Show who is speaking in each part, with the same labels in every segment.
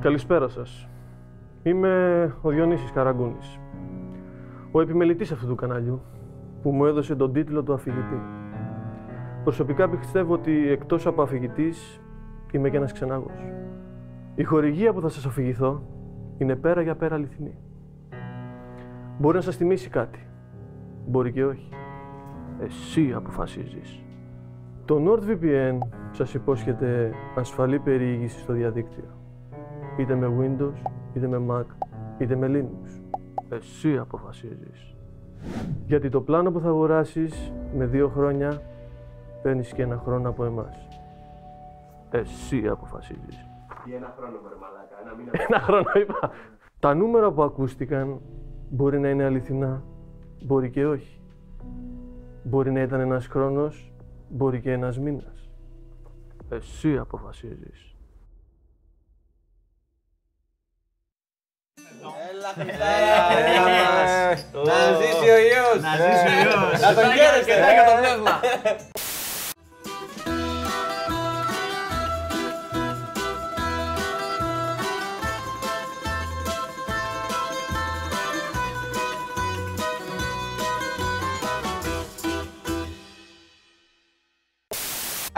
Speaker 1: Καλησπέρα σας. Είμαι ο Διονύσης Καραγκούνης, ο επιμελητής αυτού του καναλιού που μου έδωσε τον τίτλο του αφηγητή. Προσωπικά πιστεύω ότι εκτός από αφηγητής είμαι και ένας ξενάγος. Η χορηγία που θα σας αφηγηθώ είναι πέρα για πέρα αληθινή. Μπορεί να σας θυμίσει κάτι, μπορεί και όχι. Εσύ αποφασίζεις. Το NordVPN σας υπόσχεται ασφαλή περιήγηση στο διαδίκτυο. Είτε με Windows, είτε με Mac, είτε με Linux. Εσύ αποφασίζεις. Γιατί το πλάνο που θα αγοράσεις με δύο χρόνια παίρνεις και ένα χρόνο από εμάς. Εσύ αποφασίζεις.
Speaker 2: Ή ένα χρόνο, βρε μαλάκα. Ένα μήνα.
Speaker 1: Ένα χρόνο είπα. Τα νούμερα που ακούστηκαν μπορεί να είναι αληθινά, μπορεί και όχι. Μπορεί να ήταν ένας χρόνος, μπορεί και ένας μήνας. Εσύ αποφασίζεις.
Speaker 3: Να ζήσει ο ιός! Να ζήσει ο ιός! Να τον Ναι. χαίρεστε! Να το πνεύμα!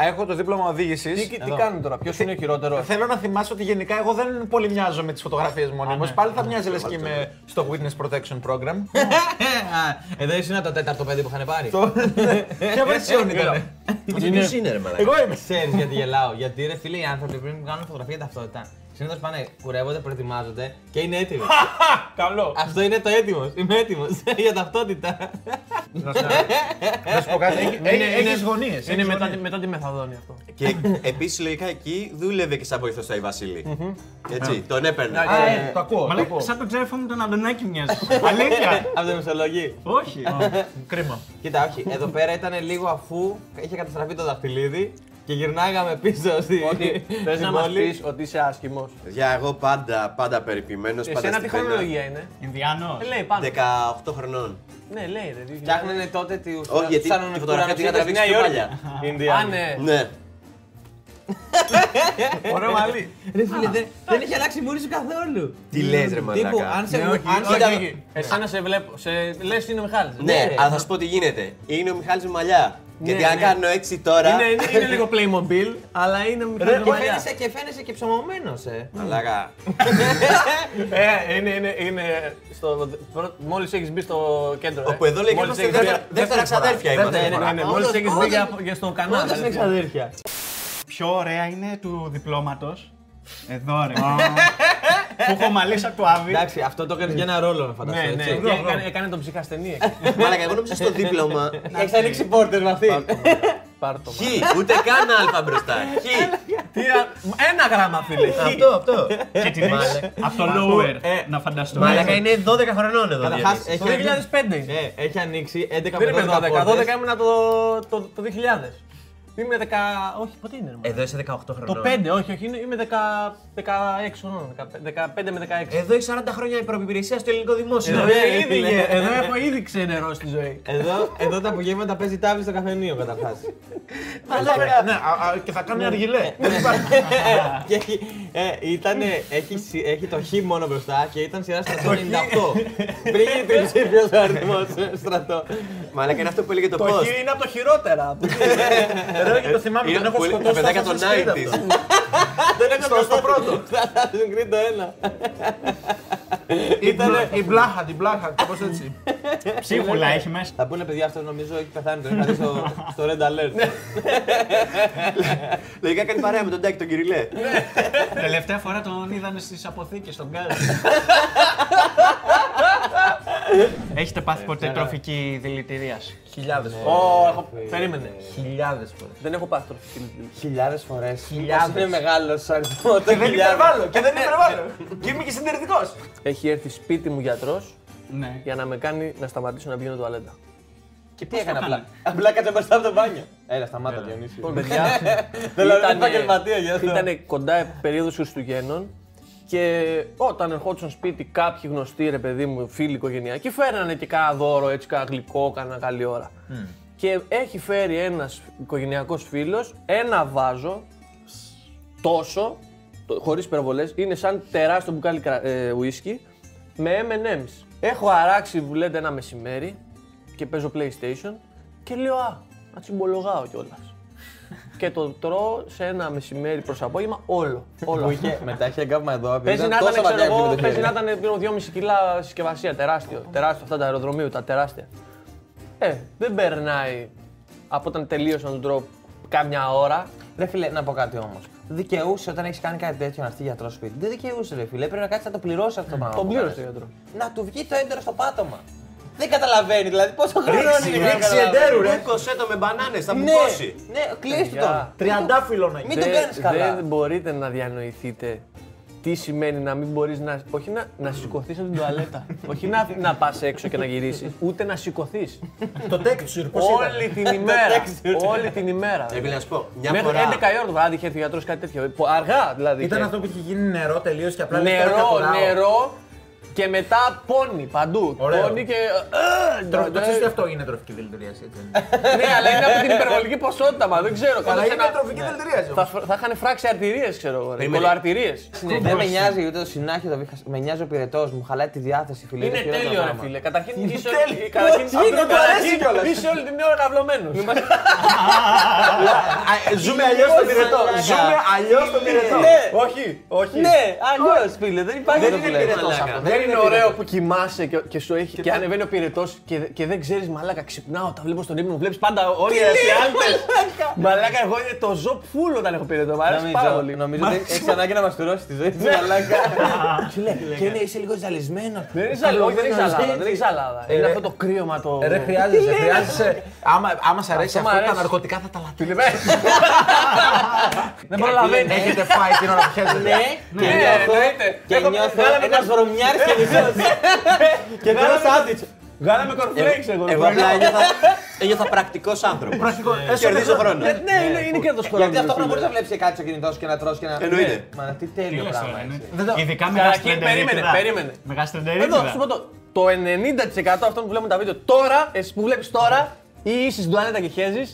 Speaker 4: Α, Έχω το δίπλωμα οδήγησης.
Speaker 3: Τι, τι κάνουν τώρα, ποιος είναι ο χειρότερο.
Speaker 4: Θέλω να θυμάσαι ότι γενικά εγώ δεν πολύ μοιάζω με τις φωτογραφίες μονίμω. Πάλι θα μοιάζει λες και είμαι στο Witness Protection Program.
Speaker 3: Εδώ ήσουν το τέταρτο παιδί που είχαν πάρει.
Speaker 4: Ποια version ήταν.
Speaker 5: Ποιος είναι ρε μαλάκα.
Speaker 4: Εγώ είμαι.
Speaker 3: Ξέρεις γιατί γελάω. Γιατί ρε φίλε οι άνθρωποι πριν κάνουν φωτογραφία ταυτότητα. Συνήθως πάνε, κουρεύονται, προετοιμάζονται και είναι έτοιμοι.
Speaker 4: Καλό.
Speaker 3: Αυτό είναι το έτοιμος. Είμαι έτοιμος για ταυτότητα.
Speaker 4: Να σου πω κάτι. Έχει γωνίες.
Speaker 1: Είναι μετά, μετά τη μεθαδόνη αυτό.
Speaker 5: Και επίσης λογικά εκεί δούλευε και σαν βοηθός η Βασίλη. Έτσι, τον έπαιρνε.
Speaker 4: ε, Το ακούω. το ακούω.
Speaker 6: Σαν τον ξέφο μου τον Αντωνάκη μοιάζει.
Speaker 4: Αλήθεια.
Speaker 3: Από το μεσολογή.
Speaker 6: Όχι.
Speaker 4: Κρίμα.
Speaker 3: Κοίτα, όχι. Εδώ πέρα ήταν λίγο αφού είχε καταστραφεί το δαχτυλίδι και γυρνάγαμε πίσω στη.
Speaker 7: Ότι θες να
Speaker 3: στην
Speaker 7: μας
Speaker 3: πόλη.
Speaker 7: πεις ότι είσαι άσχημος.
Speaker 5: Για εγώ πάντα, πάντα περιποιημένος.
Speaker 7: Εσένα τι χρονολογία είναι.
Speaker 6: Ινδιάνος.
Speaker 7: Ε, Λέει πάντα.
Speaker 5: 18 χρονών.
Speaker 7: Ναι, λέει ρε. δύο-
Speaker 3: Φτιάχνανε τότε τη ουσία.
Speaker 5: Όχι, γιατί
Speaker 3: σαν
Speaker 5: τη φωτογραφία την είχα τραβήξει πιο παλιά.
Speaker 7: Α, ναι.
Speaker 5: Ναι.
Speaker 4: Ωραίο μαλλί.
Speaker 3: Ρε φίλε, δεν, δεν έχει αλλάξει μούρι σου καθόλου.
Speaker 5: Τι λες, ρε μαλάκα.
Speaker 3: Τύπου, αν σε.
Speaker 4: Ναι, όχι,
Speaker 3: αν σε-
Speaker 4: όχι,
Speaker 3: ήταν-
Speaker 4: όχι.
Speaker 7: Εσένα σε βλέπω. Σε... Λες είναι ο Μιχάλης.
Speaker 5: Ναι,
Speaker 3: ρε.
Speaker 5: αλλά θα σου πω τι γίνεται. Είναι ο Μιχάλης με μαλλιά. Γιατί αν
Speaker 7: ναι.
Speaker 5: κάνω έτσι τώρα.
Speaker 7: Είναι, είναι, είναι λίγο Playmobil, αλλά είναι ο Μιχάλης
Speaker 3: Και
Speaker 7: Μαλιά.
Speaker 3: φαίνεσαι, και φαίνεσαι και ψωμωμένος, ε.
Speaker 5: Μαλάκα.
Speaker 7: Ε, είναι, είναι, είναι στο... πρω- Μόλις έχεις μπει στο κέντρο, ε.
Speaker 5: Όπου εδώ λέει και
Speaker 7: Μόλις
Speaker 5: είμαστε
Speaker 7: έχεις μπει-
Speaker 5: δεύτερα- δεύτερα ξαδέρφια
Speaker 7: Ναι, ναι,
Speaker 5: είμαστε.
Speaker 7: ναι, ναι, μόλις
Speaker 3: Όντως,
Speaker 7: έχεις μπει
Speaker 3: όντως.
Speaker 7: για, για στον κανάλι.
Speaker 3: Όντως είναι ξαδέρφια.
Speaker 6: Πιο ωραία είναι του διπλώματος. Εδώ ρε. Που έχω μαλλίσει από το Άβη.
Speaker 3: Εντάξει, αυτό το έκανες για ένα ρόλο να
Speaker 7: Ναι,
Speaker 3: φανταστώ.
Speaker 7: ναι,
Speaker 3: έτσι.
Speaker 7: και έκανε, έκανε τον ψυχασθενή.
Speaker 5: Μαλάκα, εγώ νόμιζα στο δίπλωμα.
Speaker 3: Έχεις ανοίξει πόρτε με αυτή.
Speaker 7: Πάρτο.
Speaker 5: Χ, ούτε καν αλφα μπροστά. Χ.
Speaker 7: Ένα γράμμα, φίλε.
Speaker 5: Αυτό, αυτό.
Speaker 6: Και τη δύση. Από το lower. Να φανταστώ.
Speaker 5: Μαλάκα είναι 12 χρονών εδώ.
Speaker 3: Καταρχάς
Speaker 5: Διονύση.
Speaker 3: έχει,
Speaker 7: Το
Speaker 3: ανοίξει-
Speaker 7: 2005
Speaker 5: Ε,
Speaker 7: είναι.
Speaker 3: ναι, έχει ανοίξει 11
Speaker 7: Δεν είμαι
Speaker 3: με
Speaker 7: 12, 12
Speaker 3: πόρτες.
Speaker 7: ήμουνα το, το, το 2000. Είμαι 10. Όχι, ποτέ είναι. ρε μάνα.
Speaker 5: Εδώ είσαι 18 χρονών.
Speaker 7: Το 5, όχι, όχι, είναι- είμαι 10, 16 χρονών. 15 με 16.
Speaker 5: Εδώ έχει 40 χρόνια υπηρεσία στο ελληνικό δημόσιο.
Speaker 7: Εδώ,
Speaker 3: ρε,
Speaker 7: ήδη,
Speaker 3: φίλε.
Speaker 7: εδώ έχω ήδη ξενερώσει τη ζωή.
Speaker 3: Εδώ, εδώ τα απογεύματα παίζει τάβλη στο καφενείο καταρχάς.
Speaker 4: Ναι, α, α, και θα κάνει αργιλέ.
Speaker 3: και έχει, ε, ήτανε, έχει, συ- έχει το χ μόνο μπροστά και ήταν σειρά στρατό 98. Πριν γίνει τριψήφιο ο αριθμός στρατό.
Speaker 5: Μαλάκα είναι αυτό που έλεγε το πώ.
Speaker 7: είναι από το χειρότερα.
Speaker 4: Εδώ και το θυμάμαι τον έχω
Speaker 5: Τα
Speaker 4: σκοτώσει.
Speaker 5: παιδάκια των 90s. Δεν έκανα στο πρώτο.
Speaker 3: Θα σου κρίνει το ένα.
Speaker 4: Η μπλάχα, την μπλάχα, κάπως έτσι.
Speaker 6: Ψίχουλα έχει μέσα.
Speaker 3: Θα πούνε παιδιά αυτό νομίζω έχει πεθάνει το είχα δει στο, στο Red
Speaker 7: Ναι.
Speaker 3: Alert.
Speaker 5: Λογικά κάνει παρέα με τον Τάκη τον Κυριλέ.
Speaker 6: Τελευταία φορά τον είδανε στις αποθήκες στον Γκάζι. Έχετε πάθει ποτέ τροφική δηλητηρίαση.
Speaker 7: Χιλιάδες φορέ. Περίμενε.
Speaker 5: Χιλιάδες φορές.
Speaker 7: Δεν έχω πάθει τροφική δηλητηρίαση.
Speaker 3: Χιλιάδες φορές. Χιλιάδες. Είναι μεγάλος ο αριθμός. Και δεν
Speaker 4: Και
Speaker 7: Ναι,
Speaker 4: δεν υπερβάλλω. Και είμαι και συντηρητικός.
Speaker 7: Έχει έρθει σπίτι μου γιατρός
Speaker 6: Ναι.
Speaker 7: για να με κάνει να σταματήσω να πηγαίνω τουαλέτα.
Speaker 3: Και τι έκανε απλά. Απλά κάτσε μπροστά από το μπάνιο. Έλα, σταμάτα, Διονύση.
Speaker 7: Λοιπόν, παιδιά,
Speaker 3: Θέλω να είναι επαγγελματία για αυτό.
Speaker 7: Ήταν κοντά περίοδος Χριστουγέννων και όταν ερχόντουσαν σπίτι κάποιοι γνωστοί ρε παιδί μου, φίλοι οικογενειακοί, φέρνανε και κάνα δώρο, έτσι κάνα γλυκό, κάνα καλή ώρα. Και έχει φέρει ένας οικογενειακός φίλος ένα βάζο τόσο χωρίς υπερβολές, είναι σαν τεράστιο μπουκάλι κρα- ε, ουίσκι με MM's. Έχω αράξει που λέτε ένα μεσημέρι και παίζω PlayStation και λέω Α, να τσιμπολογάω κιόλας. και το τρώω σε ένα μεσημέρι προς απόγευμα όλο. όλο.
Speaker 8: Μετά είχε αγκάβημα εδώ. επειδή
Speaker 7: Παίζει να
Speaker 8: τόσο
Speaker 7: ήταν, ξέρω
Speaker 8: βαριά
Speaker 7: εγώ,
Speaker 8: έπιπλο το
Speaker 7: παίζει να
Speaker 8: χέρι.
Speaker 7: ήταν γύρω 2,5 κιλά συσκευασία, τεράστιο. Τεράστιο, αυτά τα αεροδρομίου, τα τεράστια. Ε, δεν περνάει από όταν τελείωσα να τον τρώω κάμια ώρα.
Speaker 3: Ρε φίλε, να πω κάτι όμως. Δικαιούσε όταν έχεις κάνει κάτι τέτοιο να έρθει γιατρός σπίτι. Δεν δικαιούσε, ρε φίλε. Πρέπει να κάτσεις να το πληρώσεις αυτό το πράγμα.
Speaker 7: Τον
Speaker 3: που
Speaker 7: πλήρωσε ο
Speaker 3: κάνεις.
Speaker 7: γιατρός.
Speaker 3: Να του βγει το έντερο στο πάτωμα. Δεν καταλαβαίνει, δηλαδή πόσο χρόνο
Speaker 4: Ρίξει,
Speaker 3: είναι.
Speaker 4: ρίξει
Speaker 3: εντέρου,
Speaker 5: Κοσέ το με μπανάνες, θα
Speaker 3: Ναι,
Speaker 5: μπουκώσει.
Speaker 3: ναι, κλείσει
Speaker 7: Παιδιά.
Speaker 3: τον.
Speaker 4: Τριαντάφυλλο να γίνει.
Speaker 3: Μην τον
Speaker 7: Δεν-
Speaker 3: κάνεις καλά.
Speaker 7: Δεν μπορείτε να διανοηθείτε τι σημαίνει να μην μπορείς να. Όχι να, να σηκωθείς από την τουαλέτα. όχι να, να πας έξω και να γυρίσεις, ούτε να σηκωθείς.
Speaker 4: Το λοιπόν, texture, πώς ήταν.
Speaker 7: όλη την ημέρα. όλη την ημέρα.
Speaker 5: Έπρεπε Ε, να σου πω, μια
Speaker 7: Μέχρι 11
Speaker 5: φορά.
Speaker 7: η ώρα το βράδυ είχε έρθει ο γιατρός κάτι τέτοιο. Που- Αργά δηλαδή.
Speaker 4: Ήταν
Speaker 7: και-
Speaker 4: αυτό που είχε γίνει νερό τελείως και απλά λέει, τώρα
Speaker 7: Νερό,
Speaker 4: κατουράω.
Speaker 7: νερό και μετά πόνι παντού.
Speaker 4: Ωραίο.
Speaker 7: Πόνι και. Ε,
Speaker 4: Τρο- Το
Speaker 7: ναι,
Speaker 4: ξέρει ότι αυτό είναι τροφική δηλητηρία, έτσι. δεν είναι.
Speaker 7: Ναι, αλλά είναι από την υπερβολική ποσότητα μα. Δεν ξέρω.
Speaker 4: Αλλά
Speaker 7: κάτω σε
Speaker 4: είναι
Speaker 7: ένα- Ναι.
Speaker 4: τροφική δηλητηρία.
Speaker 7: Θα, φ- θα είχαν φράξει αρτηρίες, ξέρω εγώ. ρε.
Speaker 5: Περίμενε.
Speaker 7: Κολοαρτηρίες.
Speaker 3: Δεν με νοιάζει ούτε το συνάχιο, το βήχα- με νοιάζει ο πυρετός μου, χαλάει τη διάθεση, φίλε.
Speaker 7: Είναι
Speaker 3: χειρότερο
Speaker 7: τέλειο, ρε
Speaker 3: πράγμα.
Speaker 7: φίλε. Καταρχήν είσαι
Speaker 3: τέλειο.
Speaker 7: όλη- καταρχήν-
Speaker 3: Όχι, δεν του αρέσει
Speaker 7: καταρχήν
Speaker 3: κιόλας.
Speaker 7: είσαι όλη την ώρα καυλωμένο.
Speaker 4: ε,
Speaker 7: ε,
Speaker 4: Ζούμε αλλιώς τον πυρετό. Ζούμε αλλιώ τον πυρετό.
Speaker 7: Όχι, όχι.
Speaker 3: Ναι, αλλιώς φίλε, δεν υπάρχει αυτό που λέει.
Speaker 7: Δεν είναι ωραίο που κοιμάσαι και, και σου έχει. Και, ανεβαίνει ο πυρετός και, και δεν ξέρεις μαλάκα. Ξυπνάω, τα βλέπω στον ύπνο μου. Βλέπεις πάντα όλοι οι αλτες. Μαλάκα, εγώ είναι το ζω φούλο όταν έχω πυρετό. Μ' αρέσει πάρα πολύ. Ναι.
Speaker 3: Νομίζω ότι έχεις ανάγκη να μας τυρώσει τη ζωή του. Και είναι- είσαι λίγο ζαλισμένος.
Speaker 7: Δεν είναι ζαλάδα, όχι, δεν είναι ζαλάδα, δεν είναι ζαλάδα.
Speaker 3: Ε,
Speaker 7: Είναι
Speaker 4: ρε.
Speaker 7: αυτό το κρύωμα το.
Speaker 4: Ρε, χρειάζεσαι, χρειάζεσαι. Άμα, άμα σ' αρέσει
Speaker 7: Αυτό μ'
Speaker 4: αυτό, τα
Speaker 7: αρέσει.
Speaker 4: ναρκωτικά θα τα λατρέψεις.
Speaker 7: Φίλε, με. Δεν Ναι. προλαβαίνει.
Speaker 4: Έχετε φάει την ώρα που πιέζετε.
Speaker 3: Και
Speaker 7: ναι,
Speaker 3: νιώθω- Και νιώθω ένα βρωμιάρι και μισός. Και ένα Ε, σάντουιτ.
Speaker 7: Βγάλαμε κορφλέξ εγώ.
Speaker 5: Εγώ απλά ένιωθα, ένιωθα πρακτικός άνθρωπος.
Speaker 4: Πρακτικό. έστω
Speaker 5: Κερδίζω χρόνο.
Speaker 7: Ναι, είναι- είναι κέρδο χρόνου.
Speaker 3: ε, Γιατί αυτό
Speaker 7: ρε,
Speaker 3: μπορεί
Speaker 7: φίλε.
Speaker 3: να βλέπει και κάτι στο κινητό σου και να τρώσει και να.
Speaker 5: Εννοείται.
Speaker 3: Ναι, Μα τι τέλειο πράγμα. έτσι.
Speaker 9: ναι. Ειδικά με γάστρεντερίτιδα.
Speaker 7: ναι. περίμενε, περίμενε.
Speaker 9: Με
Speaker 7: Εδώ, σου πω
Speaker 9: γαστρεντερίτιδα.
Speaker 7: το. Το 90% αυτών που βλέπουν τα βίντεο τώρα, εσύ που βλέπεις τώρα, ή είσαι στην τουαλέτα και χέζεις,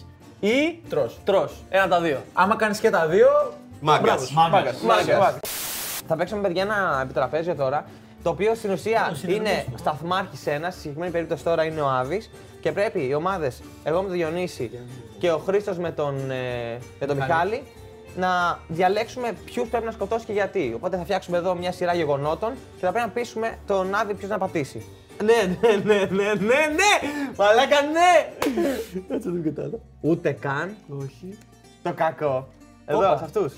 Speaker 7: ή
Speaker 4: Τρως.
Speaker 7: τρως. Ένα από τα δύο.
Speaker 4: Άμα κάνεις και τα δύο.
Speaker 5: Μάγκας.
Speaker 9: Μάγκας.
Speaker 7: Μάγκας.
Speaker 3: Θα παίξουμε παιδιά ένα επιτραπέζιο τώρα. Το οποίο στην ουσία είναι σταθμάρχης ένας, στη συγκεκριμένη περίπτωση τώρα είναι ο Άβη. Και πρέπει οι ομάδες, εγώ με τον Διονύση και ο Χρήστος με τον, ε, με τον Μιχάλη, να διαλέξουμε ποιους πρέπει να σκοτώσει και γιατί. Οπότε θα φτιάξουμε εδώ μια σειρά γεγονότων και θα πρέπει να πείσουμε τον Άβη ποιος να πατήσει. Ναι, ναι, ναι, ναι, ναι, ναι! Μαλάκα, ναι! Έτσι δεν κατάλαβα. Ούτε καν. Όχι. Το κακό. Εδώ, σε αυτούς.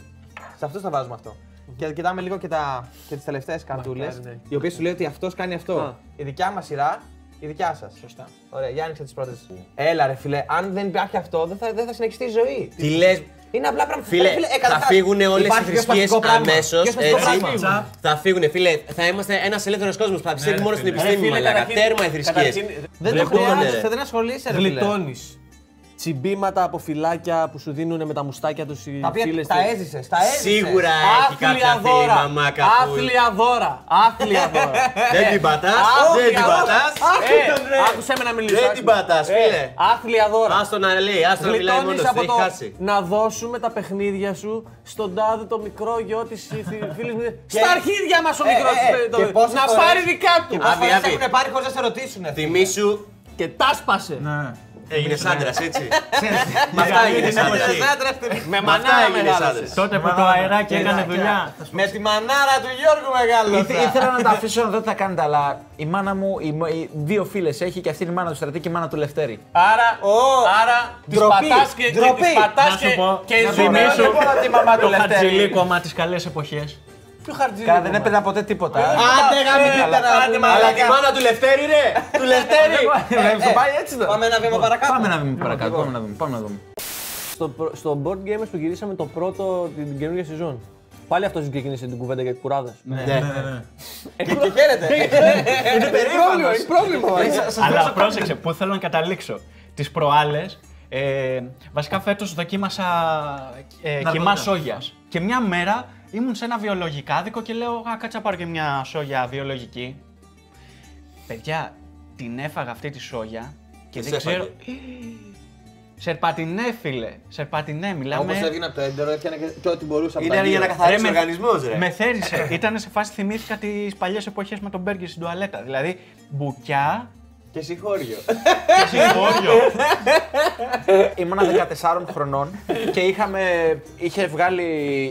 Speaker 3: Σε αυτούς θα βάζουμε αυτό. Και κοιτάμε λίγο και, τα, και τις τελευταίες καρτούλες.
Speaker 7: Μακάρι, ναι.
Speaker 3: Οι οποίες σου λέει ότι αυτός κάνει αυτό. Η δικιά μας σειρά, η δικιά σας. Σωστά. Ωραία, για άνοιξε τις πρώτες. Έλα, ρε φιλέ, αν δεν υπάρχει αυτό, δεν θα, δεν θα συνεχιστεί η ζωή.
Speaker 5: Τι λες,
Speaker 3: Είναι απλά πράγματα.
Speaker 5: Φίλε,
Speaker 3: Ρε ε,
Speaker 5: θα
Speaker 3: καταρχάς,
Speaker 5: φύγουν όλες οι
Speaker 3: υπάρχει πιο
Speaker 5: θρησκείες
Speaker 3: σπαστικό πράγμα.
Speaker 5: αμέσως.
Speaker 3: Πιο σπαστικό πράγμα. Ναι,
Speaker 5: Θα φύγουν, φίλε. Θα είμαστε ένας ελεύθερος κόσμος. Θα πιστεύει μόνος στην επιστήμη, μαλάκα. Τέρμα οι ναι. θρησκείε.
Speaker 3: Δεν το χρειάζεσαι, δεν ασχολείσαι, ρε φιλέ.
Speaker 7: Γλιτώνεις. Τσιμπήματα από φυλάκια που σου δίνουν με τα μουστάκια τους οι
Speaker 3: Τα οποία
Speaker 7: φίλες
Speaker 3: τα
Speaker 7: της.
Speaker 3: έζησες, τα έζησες.
Speaker 5: Σίγουρα έχει κάποια φίλη μαμάκα που
Speaker 7: Άθλια δώρα! Άθλια δώρα!
Speaker 5: Δεν την πατάς. Δεν την πατάς.
Speaker 7: Ε, Άκουσε με να μιλήσω.
Speaker 5: Δεν
Speaker 7: άκουσε
Speaker 5: την
Speaker 7: με. Ε,
Speaker 5: πατά, φίλε.
Speaker 7: Άθλια δώρα!
Speaker 5: Άστο να λέει, άστο να μιλάει μόνο.
Speaker 7: Γλιτώνεις
Speaker 5: Την
Speaker 7: από
Speaker 5: έχει
Speaker 7: το
Speaker 5: χάσει.
Speaker 7: να δώσουμε τα παιχνίδια σου στον τάδε το μικρό γιο της φίλης μου. Στα αρχίδια μας ο
Speaker 3: Ε,
Speaker 7: μικρός.
Speaker 3: ε, ε, και πόσες
Speaker 7: Να
Speaker 3: φορές-
Speaker 7: πάρει δικά του.
Speaker 5: Άδει,
Speaker 3: Άδει,
Speaker 5: άδει.
Speaker 3: έχουν πάρει χωρίς να σε ρωτήσουν.
Speaker 5: Θυμήσου,
Speaker 7: Και τα
Speaker 4: Ναι.
Speaker 7: σπάσε.
Speaker 5: έγινε άντρα, έτσι. Με αυτά έγινε άντρα.
Speaker 7: Με
Speaker 5: Με αυτά
Speaker 7: μανάρα
Speaker 5: έγινε
Speaker 7: μεγάλωσε.
Speaker 5: άντρα.
Speaker 9: Τότε που το αεράκι έκανε δουλειά.
Speaker 3: Με τη μανάρα του Γιώργου μεγάλο.
Speaker 4: Ήθε- Ήθελα να τα αφήσω να δω τι θα κάνετε, αλλά η μάνα μου, οι, μο- οι δύο φίλες έχει και αυτή είναι η μάνα του στρατή και η μάνα του Λευτέρη.
Speaker 7: Άρα,
Speaker 3: Ω,
Speaker 7: άρα τις
Speaker 3: ντροπή,
Speaker 7: πατάς και- και
Speaker 3: ντροπή.
Speaker 7: τις πατάς
Speaker 9: Να σου
Speaker 7: και-
Speaker 9: πω,
Speaker 7: και
Speaker 9: να
Speaker 7: ζούμε.
Speaker 9: θυμίσω-
Speaker 4: Δεν μπορώ να τη μαμά του
Speaker 9: Το
Speaker 4: Λευτέρη.
Speaker 9: χαρτζηλίκωμα τι καλές εποχές.
Speaker 7: Ποιο χαρτζήλι.
Speaker 4: Καλά, δεν έπαιρνα ποτέ τίποτα.
Speaker 3: Άντε γαμηθείτε να
Speaker 7: Άντε,
Speaker 3: πούμε.
Speaker 5: Αλλά τη μάνα του Λευτέρη, ρε! Του Λευτέρη!
Speaker 4: Βλέπεις, το πάει έτσι τώρα.
Speaker 3: Πάμε ένα βήμα παρακάτω.
Speaker 4: Πάμε να δούμε παρακάτω. Πάμε να δούμε. Πάμε να δούμε.
Speaker 7: Στο, προ- στο board gamers που γυρίσαμε το πρώτο την, την καινούργια σεζόν. Πάλι αυτός ξεκίνησε την κουβέντα για κουράδες.
Speaker 4: Ναι.
Speaker 3: Και χαίρετε. Είναι περίφανο. Είναι πρόβλημα.
Speaker 9: Αλλά πρόσεξε, πού θέλω να καταλήξω. Τις προάλλες. Ε, βασικά φέτος δοκίμασα ε, κοιμά σόγιας. Και μια μέρα ήμουν σε ένα βιολογικάδικο και λέω: Α, κάτσα πάρω και μια σόγια βιολογική. Παιδιά, την έφαγα αυτή τη σόγια και
Speaker 5: Της
Speaker 9: δεν ξέρω.
Speaker 5: έφαγες.
Speaker 9: Σερπατινέ, φίλε. Σερπατινέ, μιλάμε.
Speaker 3: Όπως έβγαινε από το έντερο, έφτιανε και, και ό,τι μπορούσε από
Speaker 10: Είναι
Speaker 3: τα
Speaker 10: για
Speaker 3: δύο.
Speaker 10: να καθαρίσει ο
Speaker 9: Δηλαδή, με-
Speaker 10: οργανισμό, ρε.
Speaker 9: Με θέρισε. Ήταν σε φάση θυμήθηκα τις παλιές εποχές με τον Μπέργκερ στην τουαλέτα. Δηλαδή, μπουκιά.
Speaker 10: Και συγχώριο.
Speaker 9: και Συγχώριο.
Speaker 4: Ήμουνα 14 χρονών και είχαμε, είχε βγάλει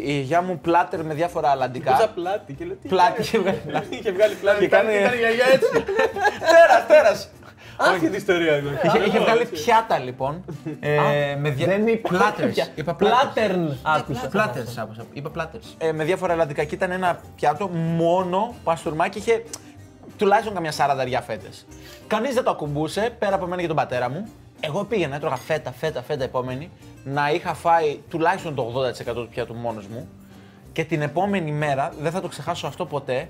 Speaker 4: η γιαγιά μου πλάτερ με διάφορα αλλαντικά.
Speaker 3: πλάτη και λέω τι.
Speaker 4: πλάτη είχε βγάλει πλάτη.
Speaker 3: Είχε βγάλει πλάτη.
Speaker 4: Και κάνει-
Speaker 10: Τέρας, τέρας.
Speaker 3: Άχι την ιστορία εγώ.
Speaker 4: είχε, είχε βγάλει πιάτα λοιπόν. ε, με δια...
Speaker 3: Δεν είπα
Speaker 4: Πλάτερς. Είπα Ναι,
Speaker 3: Πλάτερν άκουσα.
Speaker 10: Πλάτερ, άκουσα. Είπα πλάτερ.
Speaker 4: ε, με διάφορα ελλαντικά και ήταν ένα πιάτο μόνο παστούρμα και είχε τουλάχιστον καμιά σαρανταριά φέτες. Κανείς δεν το ακουμπούσε πέρα από μένα και τον πατέρα μου. Εγώ πήγαινα, έτρωγα φέτα, φέτα, φέτα επόμενη, να είχα φάει τουλάχιστον το 80% του πιάτου μόνος μου. Και την επόμενη μέρα, δεν θα το ξεχάσω αυτό ποτέ,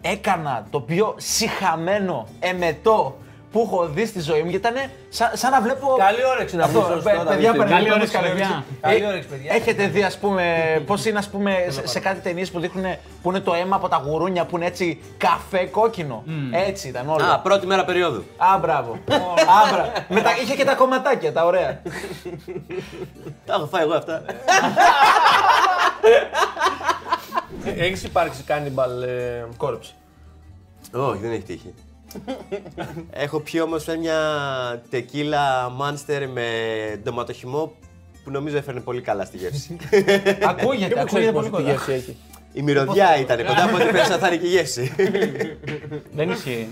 Speaker 4: έκανα το πιο συχαμένο εμετό που έχω δει στη ζωή μου. Γιατί ήταν σαν, σαν να βλέπω.
Speaker 3: Καλή όρεξη να
Speaker 4: Αυτό,
Speaker 3: βγεις ως
Speaker 4: παι-
Speaker 3: τώρα,
Speaker 4: παιδιά,
Speaker 3: Δημήτρη.
Speaker 4: παρακαλώ,
Speaker 9: Καλή όρεξη,
Speaker 4: καλή
Speaker 9: παιδιά.
Speaker 4: όρεξη.
Speaker 10: Καλή
Speaker 4: Ε,
Speaker 10: όρεξη, παιδιά.
Speaker 4: Έχετε δει, ας πούμε, πώς είναι, ας πούμε, σε, σε κάτι ταινίες που δείχνουν που είναι το αίμα από τα γουρούνια που είναι έτσι καφέ κόκκινο. Έτσι ήταν όλο.
Speaker 5: Α,
Speaker 4: Α,
Speaker 5: πρώτη μέρα περίοδου.
Speaker 4: μπράβο. Α, μπράβο. Με τα- είχε και τα κομματάκια, τα ωραία.
Speaker 5: Τα έχω φάει εγώ αυτά.
Speaker 7: Έχει Ε, υπάρξει κάνιμπαλ. Ε...
Speaker 4: Κόρυψη.
Speaker 5: Όχι, δεν έχει τύχει. Έχω πιει όμως μια τεκίλα μάνστερ με ντοματοχυμό που νομίζω έφερνε πολύ καλά στη γεύση.
Speaker 4: Ακούγεται, ακούγεται πολύ κοντά.
Speaker 7: έχει.
Speaker 5: Η μυρωδιά ήταν κοντά, από ό,τι πέρασα θα είναι και η γεύση.
Speaker 9: Δεν ισχύει.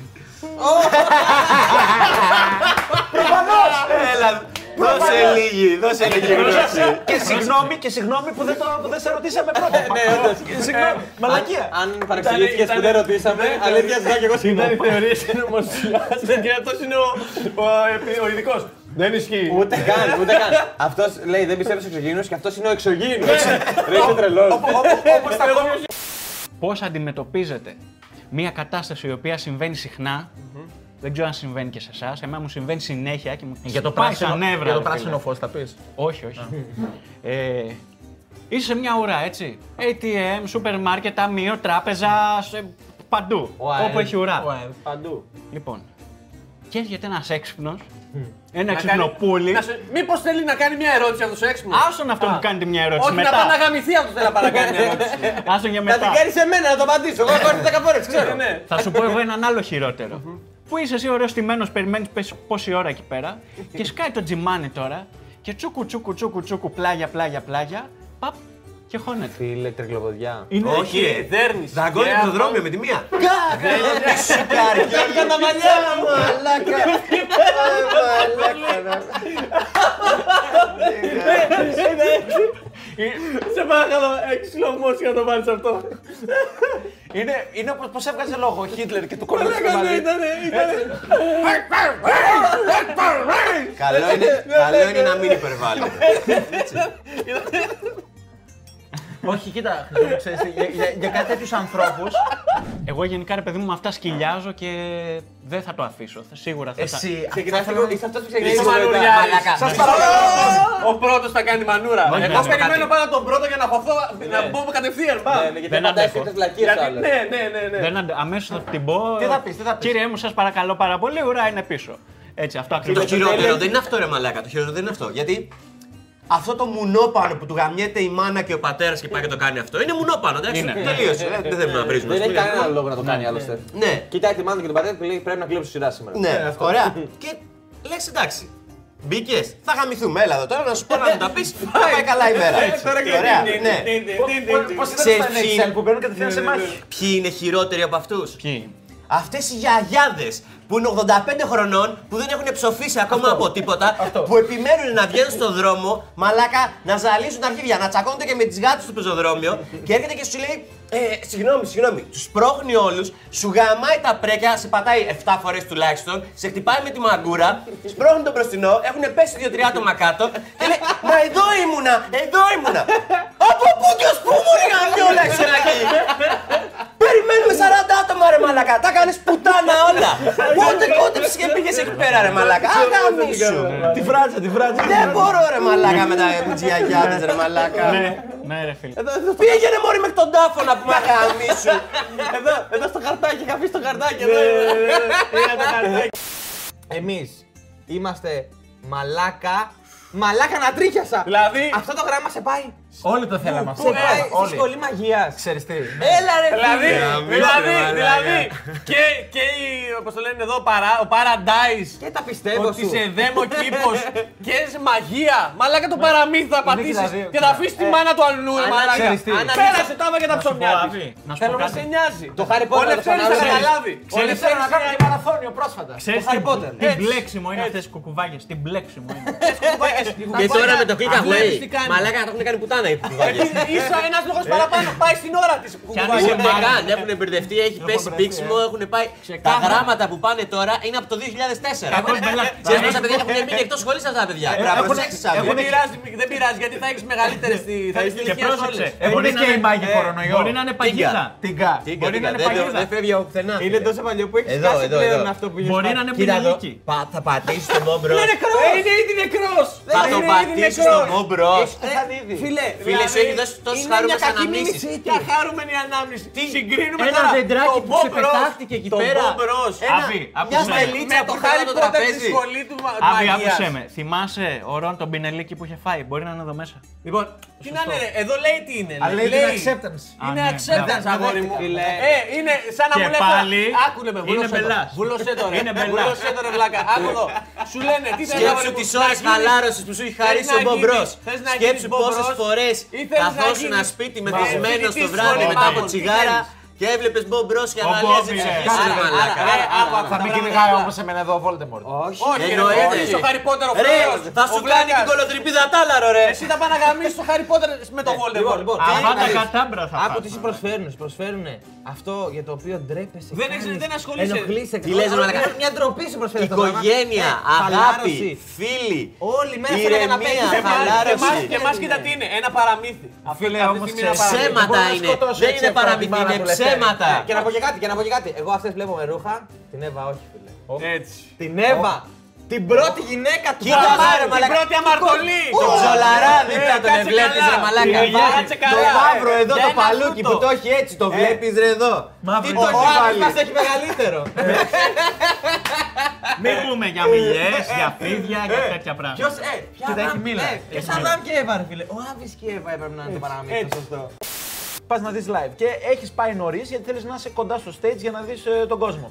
Speaker 5: Έλα, δώσε λίγη, δώσε λίγη γνώση.
Speaker 4: Και συγγνώμη, και συγγνώμη που δεν, το, που δεν σε ρωτήσαμε
Speaker 9: Ε,
Speaker 4: πρώτα.
Speaker 9: ναι,
Speaker 4: Συγγνώμη, μαλακία.
Speaker 3: Αν παραξηγήθηκε που δεν ρωτήσαμε, αλήθεια ζητά και εγώ συγγνώμη. Ούτε καν, ούτε καν. Αυτός λέει δεν πιστεύεις εξωγήινο και αυτός είναι ο εξωγήινος.
Speaker 7: Ναι.
Speaker 3: Ρε είσαι τρελό.
Speaker 4: Όπως τα κόμματα.
Speaker 9: Πώς αντιμετωπίζετε μια κατάσταση η οποία συμβαίνει συχνά, δεν ξέρω αν συμβαίνει και σε εσάς. Εμένα μου συμβαίνει συνέχεια και μου
Speaker 4: Ε, Για το
Speaker 9: πάει
Speaker 4: πράσινο,
Speaker 9: στα νεύρα.
Speaker 4: για το
Speaker 9: ρε φίλε.
Speaker 4: πράσινο φως θα πεις.
Speaker 9: Όχι, όχι. ε, είσαι σε μια ουρά, έτσι. ATM, σούπερ μάρκετ, ταμείο, τράπεζα, σε- παντού. Όπου έχει ουρά.
Speaker 3: Παντού.
Speaker 9: Λοιπόν, και έρχεται ένας έξυπνος, ένα ξυπνοπούλι.
Speaker 7: Μήπως θέλει να κάνει μια ερώτηση αυτός ο έξυπνος.
Speaker 9: Άστον αυτό που κάνετε μια ερώτηση
Speaker 7: Όχι να πάει να
Speaker 9: μετά.
Speaker 7: γαμηθεί αυτό θέλει να πάει να κάνει μια ερώτηση.
Speaker 9: Άστον για μετά.
Speaker 3: σε μένα να το απαντήσω. Εγώ έχω έρθει 10 φορές, ξέρω.
Speaker 9: Θα σου πω εγώ έναν άλλο χειρότερο. Που είσαι εσύ ωραίος τιμένο, περιμένει πόση ώρα εκεί πέρα και σκάει το τζιμάνι τώρα και τσούκου τσούκου τσούκου τσούκου πλάγια πλάγια πλάγια. Παπ και χώνεται.
Speaker 3: Φίλε, τρικλοποδιά.
Speaker 9: Είναι
Speaker 10: Όχι, ρε.
Speaker 7: Δέρνεις.
Speaker 10: Δαγκώνει
Speaker 7: Και
Speaker 10: το δρόμιο με τη μία.
Speaker 3: Κάρκα τα μαλλιά μου! Μαλάκα!
Speaker 7: Σε παρακαλώ, έχεις slow να το βάλεις αυτό.
Speaker 4: Είναι, είναι όπως πώ έβγαζε λόγο ο Χίτλερ και του κολλούσε το μαλλί.
Speaker 5: Καλό είναι, καλό είναι να μην υπερβάλλουμε.
Speaker 4: Όχι, κοίτα, ξέρεις, για, για, για κάτι τέτοιους ανθρώπους.
Speaker 9: Εγώ γενικά ρε παιδί μου με αυτά σκυλιάζω και δεν θα το αφήσω. Θα- Σίγουρα
Speaker 4: Ε,
Speaker 9: θα τα-
Speaker 4: Εσύ.
Speaker 3: Είσαι αυτό που ξεκινάει τη
Speaker 4: Σα παρακαλώ.
Speaker 7: Ε, Ο πρώτος θα κάνει μανούρα. Εγώ
Speaker 9: μαλάκα.
Speaker 7: περιμένω πάνω τον πρώτο για να χωθώ, να μπω κατευθείαν. πάμε.
Speaker 3: Γιατί
Speaker 9: Δεν
Speaker 3: φαντάζεσαι
Speaker 9: αντέχω.
Speaker 3: τις βλακίες
Speaker 7: Γιατί
Speaker 3: άλλες.
Speaker 7: ναι, ναι, ναι. ναι.
Speaker 9: Δεν αντε- αμέσως θα την πω.
Speaker 4: Τι θα πεις, τι θα πεις.
Speaker 9: Κύριε μου, σας παρακαλώ πάρα πολύ, ουρά είναι πίσω. Έτσι, αυτό
Speaker 5: Το
Speaker 9: ακριβώς.
Speaker 5: χειρότερο δεν είναι αυτό, ρε Μαλάκα. Το χειρότερο δεν είναι αυτό. Γιατί αυτό το μουνόπανο που του γαμιέται η μάνα και ο πατέρας και πάει και το κάνει αυτό. Είναι μουνόπανο, εντάξει.
Speaker 9: Είναι.
Speaker 5: Τελείωσε. ε, Δεν θέλουμε να βρίζουμε.
Speaker 3: Δεν
Speaker 5: ας
Speaker 3: έχει
Speaker 5: πούμε.
Speaker 3: κανένα λόγο να το κάνει άλλωστε.
Speaker 5: Ναι,
Speaker 3: Κοιτάει τη μάνα και τον πατέρα και λέει πρέπει να κλέψω σειρά σήμερα.
Speaker 5: ναι, ωραία. Και λες εντάξει. Μπήκες, θα γαμηθούμε. Έλα εδώ τώρα να σου πω να μου τα πεις. Θα πάει καλά η μέρα. Ωραία, Ε, ναι.
Speaker 4: Πώ είναι
Speaker 5: Ξέρεις
Speaker 4: τα
Speaker 5: ποιοι
Speaker 4: Excel
Speaker 5: είναι.
Speaker 4: που παίρνουν κατευθείαν σε μάχη.
Speaker 5: Ποιοι είναι χειρότεροι από αυτούς.
Speaker 9: Ποιοι.
Speaker 5: Αυτές οι γιαγιάδες που είναι 85 χρονών, που δεν έχουν ψοφήσει ακόμα από τίποτα, που επιμένουν να βγαίνουν στον δρόμο, μαλάκα, να ζαλίζουν τα αρχίδια, να τσακώνονται και με τις γάτες στο πεζοδρόμιο και έρχεται και σου λέει. Ε, συγγνώμη, συγγνώμη. Τους πρόχνει όλους, σου γαμάει τα πρέκια, σε πατάει 7 φορές τουλάχιστον, σε χτυπάει με τη μαγκούρα, σπρώχνει τον μπροστινό, έχουν πέσει 2-3 άτομα κάτω και λέει Μα εδώ ήμουνα, εδώ ήμουνα. από πού και ως πού μου ρε γαμιόλα, ξερακή. Περιμένουμε 40 άτομα ρε μαλακά. Τα κάνεις πουτάνα όλα. Πότε κόντεψε και πήγες εκεί πέρα ρε μαλακά. Αγάμι σου.
Speaker 4: Τη φράτσα, τη φράτσα.
Speaker 5: Δεν μπορώ ρε μαλακά με τα τζιαγιάδε ρε μαλακά.
Speaker 9: Ναι, ναι, ρε φίλε.
Speaker 5: Πήγαινε μόλι μέχρι τον τάφο να πούμε αγάμι σου.
Speaker 3: Εμείς είμαστε Μαλάκα. Μαλάκα να τρίχιασα.
Speaker 7: Δηλαδή-
Speaker 3: Αυτό το γράμμα σε πάει.
Speaker 10: Όλοι το θέλαμε αυτό.
Speaker 3: Σε πάει στη σχολή μαγείας.
Speaker 10: Ξέρεις τι.
Speaker 3: Έλα ρε
Speaker 7: Δηλαδή,
Speaker 3: φίλε.
Speaker 7: δηλαδή, δηλαδή, και, και η, όπως το λένε εδώ, παρά, ο Paradise,
Speaker 3: Και τα πιστεύω
Speaker 7: ότι
Speaker 3: σου.
Speaker 7: σε δέμο κήπος και σε μαγεία, μαλάκα το παραμύθι θα πατήσεις
Speaker 10: δηλαδή,
Speaker 7: και θα αφήσεις τη μάνα του αλλού, ρε μαλάκα.
Speaker 10: ξέρεις τι.
Speaker 7: Πέρασε τάβα για τα ψωμιά της.
Speaker 9: Αβή, να σου πω
Speaker 7: Θέλω να σε
Speaker 9: κάτι.
Speaker 7: νοιάζει.
Speaker 3: Το Harry Potter
Speaker 7: Ο
Speaker 3: θα
Speaker 7: Λευτέρης θα
Speaker 3: ξαναλάβει.
Speaker 7: καταλάβει. Ο
Speaker 10: Όλοι
Speaker 7: Λευτέρης
Speaker 10: θέλουν να κάνουν και μαραθώνιο πρόσφατα.
Speaker 9: Ξέρεις
Speaker 3: Το
Speaker 9: τι,
Speaker 3: Harry Potter.
Speaker 9: τι μπλέξιμο είναι αυτές οι κουκουβάγες, τι μπλέξιμο είναι.
Speaker 5: Και τώρα με το click
Speaker 7: Αν βλέπεις
Speaker 5: away.
Speaker 7: τι κάνει.
Speaker 5: Μαλάκα να το έχουν κάνει πουτάνα οι κουβάγες.
Speaker 7: Ίσα ένας λόγος
Speaker 4: Ε.
Speaker 7: παραπάνω, πάει στην ώρα της.
Speaker 9: Κι αν είσαι
Speaker 5: Ούτε
Speaker 9: μάγκα,
Speaker 5: καν, έχουν μπερδευτεί, έχει πέσει πίξιμο, έχουν πάει. Τα γράμματα που πάνε τώρα είναι από το 2004.
Speaker 9: Κακό μπέλα.
Speaker 5: Ξέρεις πόσα παιδιά έχουν μείνει εκτός σχολής αυτά τα παιδιά. Πρέπει να προσέξεις αύριο.
Speaker 7: Δεν πειράζει, δεν πειράζει, γιατί θα έχεις μεγαλύτερες στη... θα έχεις την
Speaker 9: Και
Speaker 7: ηλικία σου
Speaker 9: πρόσεξε,
Speaker 7: όλες.
Speaker 9: ε, μπορεί να
Speaker 10: και
Speaker 9: είναι-
Speaker 10: η μάγη
Speaker 9: ε,
Speaker 10: κορονοϊό.
Speaker 9: Μπορεί να είναι παγίδα.
Speaker 10: Τίγκα.
Speaker 5: Τίγκα,
Speaker 9: Μπορεί να
Speaker 5: τίγκα,
Speaker 9: είναι
Speaker 5: δεν-
Speaker 9: παγίδα.
Speaker 5: Δεν φεύγει από πουθενά.
Speaker 3: Είναι τόσο παλιό που έχεις
Speaker 5: Εδώ,
Speaker 3: χάσει
Speaker 5: εδώ,
Speaker 3: πλέον
Speaker 5: εδώ.
Speaker 3: αυτό που γίνεται.
Speaker 9: Μπορεί να είναι
Speaker 5: Κοίτα εδώ,
Speaker 9: πινελίκι.
Speaker 5: Πα- θα πατήσεις το μόμπρο.
Speaker 3: Είναι ήδη νεκρός.
Speaker 5: Θα το πατήσεις το μόμπρο. Ε,
Speaker 3: Φίλε, δηλαδή,
Speaker 5: Φίλε, σου έχει δώσει τόσες χαρούμενες αναμνήσεις.
Speaker 7: Ποια χαρούμενη ανάμνηση. Τι συγκρίνουμε
Speaker 9: Ένα
Speaker 7: τώρα.
Speaker 9: δεντράκι
Speaker 7: Το
Speaker 9: που σε
Speaker 7: Μπόμπρος,
Speaker 9: πετάχτηκε εκεί
Speaker 7: το
Speaker 9: πέρα.
Speaker 7: Μπόμπρος.
Speaker 9: Αβή,
Speaker 5: Μια
Speaker 9: άκουσε με.
Speaker 5: στελίτσα από κάτω από το τραπέζι.
Speaker 7: σχολή του μα-
Speaker 9: Αβή,
Speaker 7: μαγείας.
Speaker 9: άκουσε με. Θυμάσαι ο Ρον τον πινελίκι που είχε φάει. Μπορεί να είναι εδώ μέσα.
Speaker 7: Λοιπόν, τι να είναι, ρε, εδώ λέει τι είναι.
Speaker 10: Αλλά λέει την acceptance.
Speaker 9: Α,
Speaker 7: Είναι
Speaker 9: ναι,
Speaker 7: acceptance,
Speaker 9: μπράβο.
Speaker 7: αγόρι μου.
Speaker 3: Φίλε.
Speaker 7: Ε, είναι σαν να
Speaker 9: Και
Speaker 7: μου λες.
Speaker 9: πάλι
Speaker 7: τώρα, Άκουνε με,
Speaker 9: είναι
Speaker 7: βούλωσε το.
Speaker 9: μπελάς.
Speaker 7: Βούλωσε το, ρε.
Speaker 9: Είναι μπελάς.
Speaker 7: Βούλωσε το, ρε, βλάκα. Άκου εδώ. Σου λένε, τι θέλει
Speaker 5: ε, Σκέψου τις ώρες χαλάρωσης που σου έχει χαρίσει ο
Speaker 7: Θες να
Speaker 5: Μπομπρός.
Speaker 7: γίνεις- θες να γίνεις
Speaker 5: Σκέψου πόσες
Speaker 7: Μπομπρός
Speaker 5: φορές
Speaker 7: ή θες να
Speaker 5: καθόσουν ένα
Speaker 7: γίνεις
Speaker 5: σπίτι
Speaker 7: μαθητής
Speaker 5: μεθυσμένο το
Speaker 7: σχολής.
Speaker 5: βράδυ μετά
Speaker 7: Μάλλον,
Speaker 5: από
Speaker 7: τι
Speaker 5: τσιγάρα
Speaker 7: θέλεις.
Speaker 5: και έβλεπες Μπομπρός και
Speaker 9: Ο
Speaker 5: αναλύαζε
Speaker 9: Μπομπ
Speaker 5: ψυχή
Speaker 9: είναι.
Speaker 5: σου,
Speaker 7: Άρα,
Speaker 5: μαλάκα.
Speaker 7: άρα, άκου, άκου,
Speaker 10: Θα
Speaker 7: τα
Speaker 10: μην
Speaker 7: πράγματα.
Speaker 10: κυνηγάει όμω εμένα εδώ ο Voldemort.
Speaker 7: Όχι, ρε,
Speaker 5: Εννοείται.
Speaker 7: όχι, στο Harry Potter ο
Speaker 5: Ρε,
Speaker 7: Φλόρος.
Speaker 5: θα σου κάνει την κολοτριπίδα τάλαρο, ρε.
Speaker 7: Εσύ θα πάνε να γαμίσεις το Harry Potter με τον Voldemort.
Speaker 9: Αβάτα Λοιπόν, κατάμπρα θα
Speaker 3: Άκου
Speaker 9: φας.
Speaker 3: τι σου προσφέρουν, σου προσφέρουν αυτό για το οποίο ντρέπεσαι.
Speaker 7: Δεν
Speaker 3: κάνεις,
Speaker 7: έχεις- δεν ασχολείσαι.
Speaker 3: ενοχλείσαι,
Speaker 5: Τι λες, ρε μαλάκα.
Speaker 3: μια- Μια ντροπή σου προσφέρει αυτό το πράγμα.
Speaker 5: Οικογένεια,
Speaker 3: Ε, χαλάρωση.
Speaker 5: αγάπη, φίλοι,
Speaker 3: Όλη μέρα θέλει να
Speaker 5: ηρεμία,
Speaker 3: παίξει.
Speaker 5: χαλάρωση.
Speaker 7: Και εμάς κοίτα τι είναι, ένα παραμύθι.
Speaker 10: Φίλε, όμως ξέρεις.
Speaker 5: Ψέματα είναι. Δεν είναι παραμύθι, είναι ψέματα.
Speaker 3: Ε, Και να πω και κάτι, και να πω και κάτι. Εγώ αυτές βλέπω με ρούχα. Την Εύα, όχι, φίλε.
Speaker 7: Έτσι.
Speaker 3: Την Εύα! Την πρώτη γυναίκα του
Speaker 5: Κοίτα,
Speaker 3: Βαβάρη,
Speaker 5: ρε,
Speaker 3: την
Speaker 5: μαλάκα.
Speaker 3: πρώτη αμαρτωλή!
Speaker 5: Τον ψολαρά
Speaker 3: Ε,
Speaker 5: δίπλα τον ευλέπεις ρε μαλάκα.
Speaker 7: Κάτσε
Speaker 3: Το
Speaker 7: καλά.
Speaker 3: μαύρο
Speaker 4: ε.
Speaker 3: εδώ, το παλούκι που το έχει έτσι, το βλέπεις ρε εδώ. Τι το έχει μας έχει μεγαλύτερο.
Speaker 9: Μην πούμε για μιλιές, για φίδια, για τέτοια πράγματα.
Speaker 3: ε, ποια
Speaker 10: τα έχει μίλα.
Speaker 3: ε, Και σαν Αδάμ και Εύα ρε φίλε. Ο Άβης και η Εύα έπρεπε να είναι το παραμύθι το σωστό.
Speaker 4: Πας να δεις live και έχεις πάει νωρίς γιατί θέλεις να είσαι κοντά στο stage για να δεις τον κόσμο.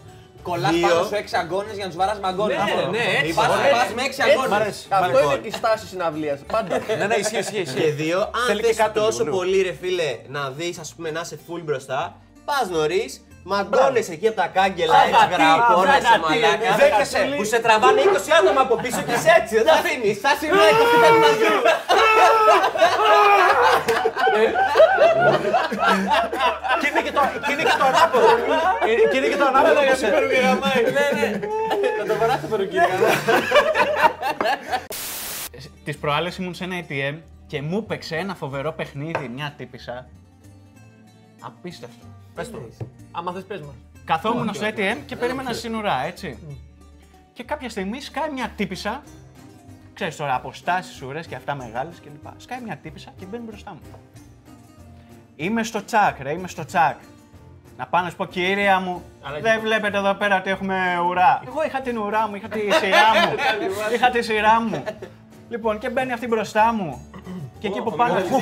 Speaker 3: Κολλάς πάνω σε έξι αγώνες για να τους βαράς μαγκόνες.
Speaker 7: Ναι, ναι, έτσι.
Speaker 3: Πας- Πας με έξι αγώνες.
Speaker 4: αρέσει.
Speaker 5: Αυτό είναι
Speaker 7: η στάση συναυλίας. Πάντα.
Speaker 4: Ναι, ναι, ισχύει, ισχύει.
Speaker 5: Και δύο, αν
Speaker 4: Θέλει και
Speaker 5: θες
Speaker 4: κάτι ναι.
Speaker 5: τόσο
Speaker 4: λίγο, λίγο.
Speaker 5: πολύ ρε φίλε να δεις ας πούμε να είσαι full μπροστά, πας νωρίς, μαγκώνεσαι εκεί από τα κάγκελα, έτσι γραπώνεσαι μαλάκα, που σε τραβάνε 20 άτομα από πίσω και είσαι έτσι, δεν τα αφήνεις.
Speaker 3: Στα σημεία και αυτή τα μαζί.
Speaker 4: Και είναι και το, και είναι και το ανάποδο. Είναι- Ε, και είναι και το ανάποδο. που σε-
Speaker 9: Τις προάλλες ήμουν σε ένα ATM και μου παίξε ένα φοβερό παιχνίδι μια τύπησα. Απίστευτο.
Speaker 7: Άμα θες πες μας.
Speaker 9: Καθόμουν στο ATM και περίμενα σύνουρα, έτσι. Και κάποια στιγμή σκάει μια τύπησα. Ξέρεις τώρα, αποστάσεις, ουρές και αυτά μεγάλες κλπ. Σκάει μια τύπησα και μπαίνει μπροστά μου. Είμαι στο τσακ, ρε, είμαι στο τσακ. Να πάω να σου πω, κυρία μου,
Speaker 7: λοιπόν.
Speaker 9: δεν βλέπετε εδώ πέρα ότι έχουμε ουρά. Εγώ είχα την ουρά μου, είχα τη σειρά μου. είχα τη σειρά μου. λοιπόν, και μπαίνει αυτή μπροστά μου. και εκεί που πάνω.
Speaker 7: Και μπαίνει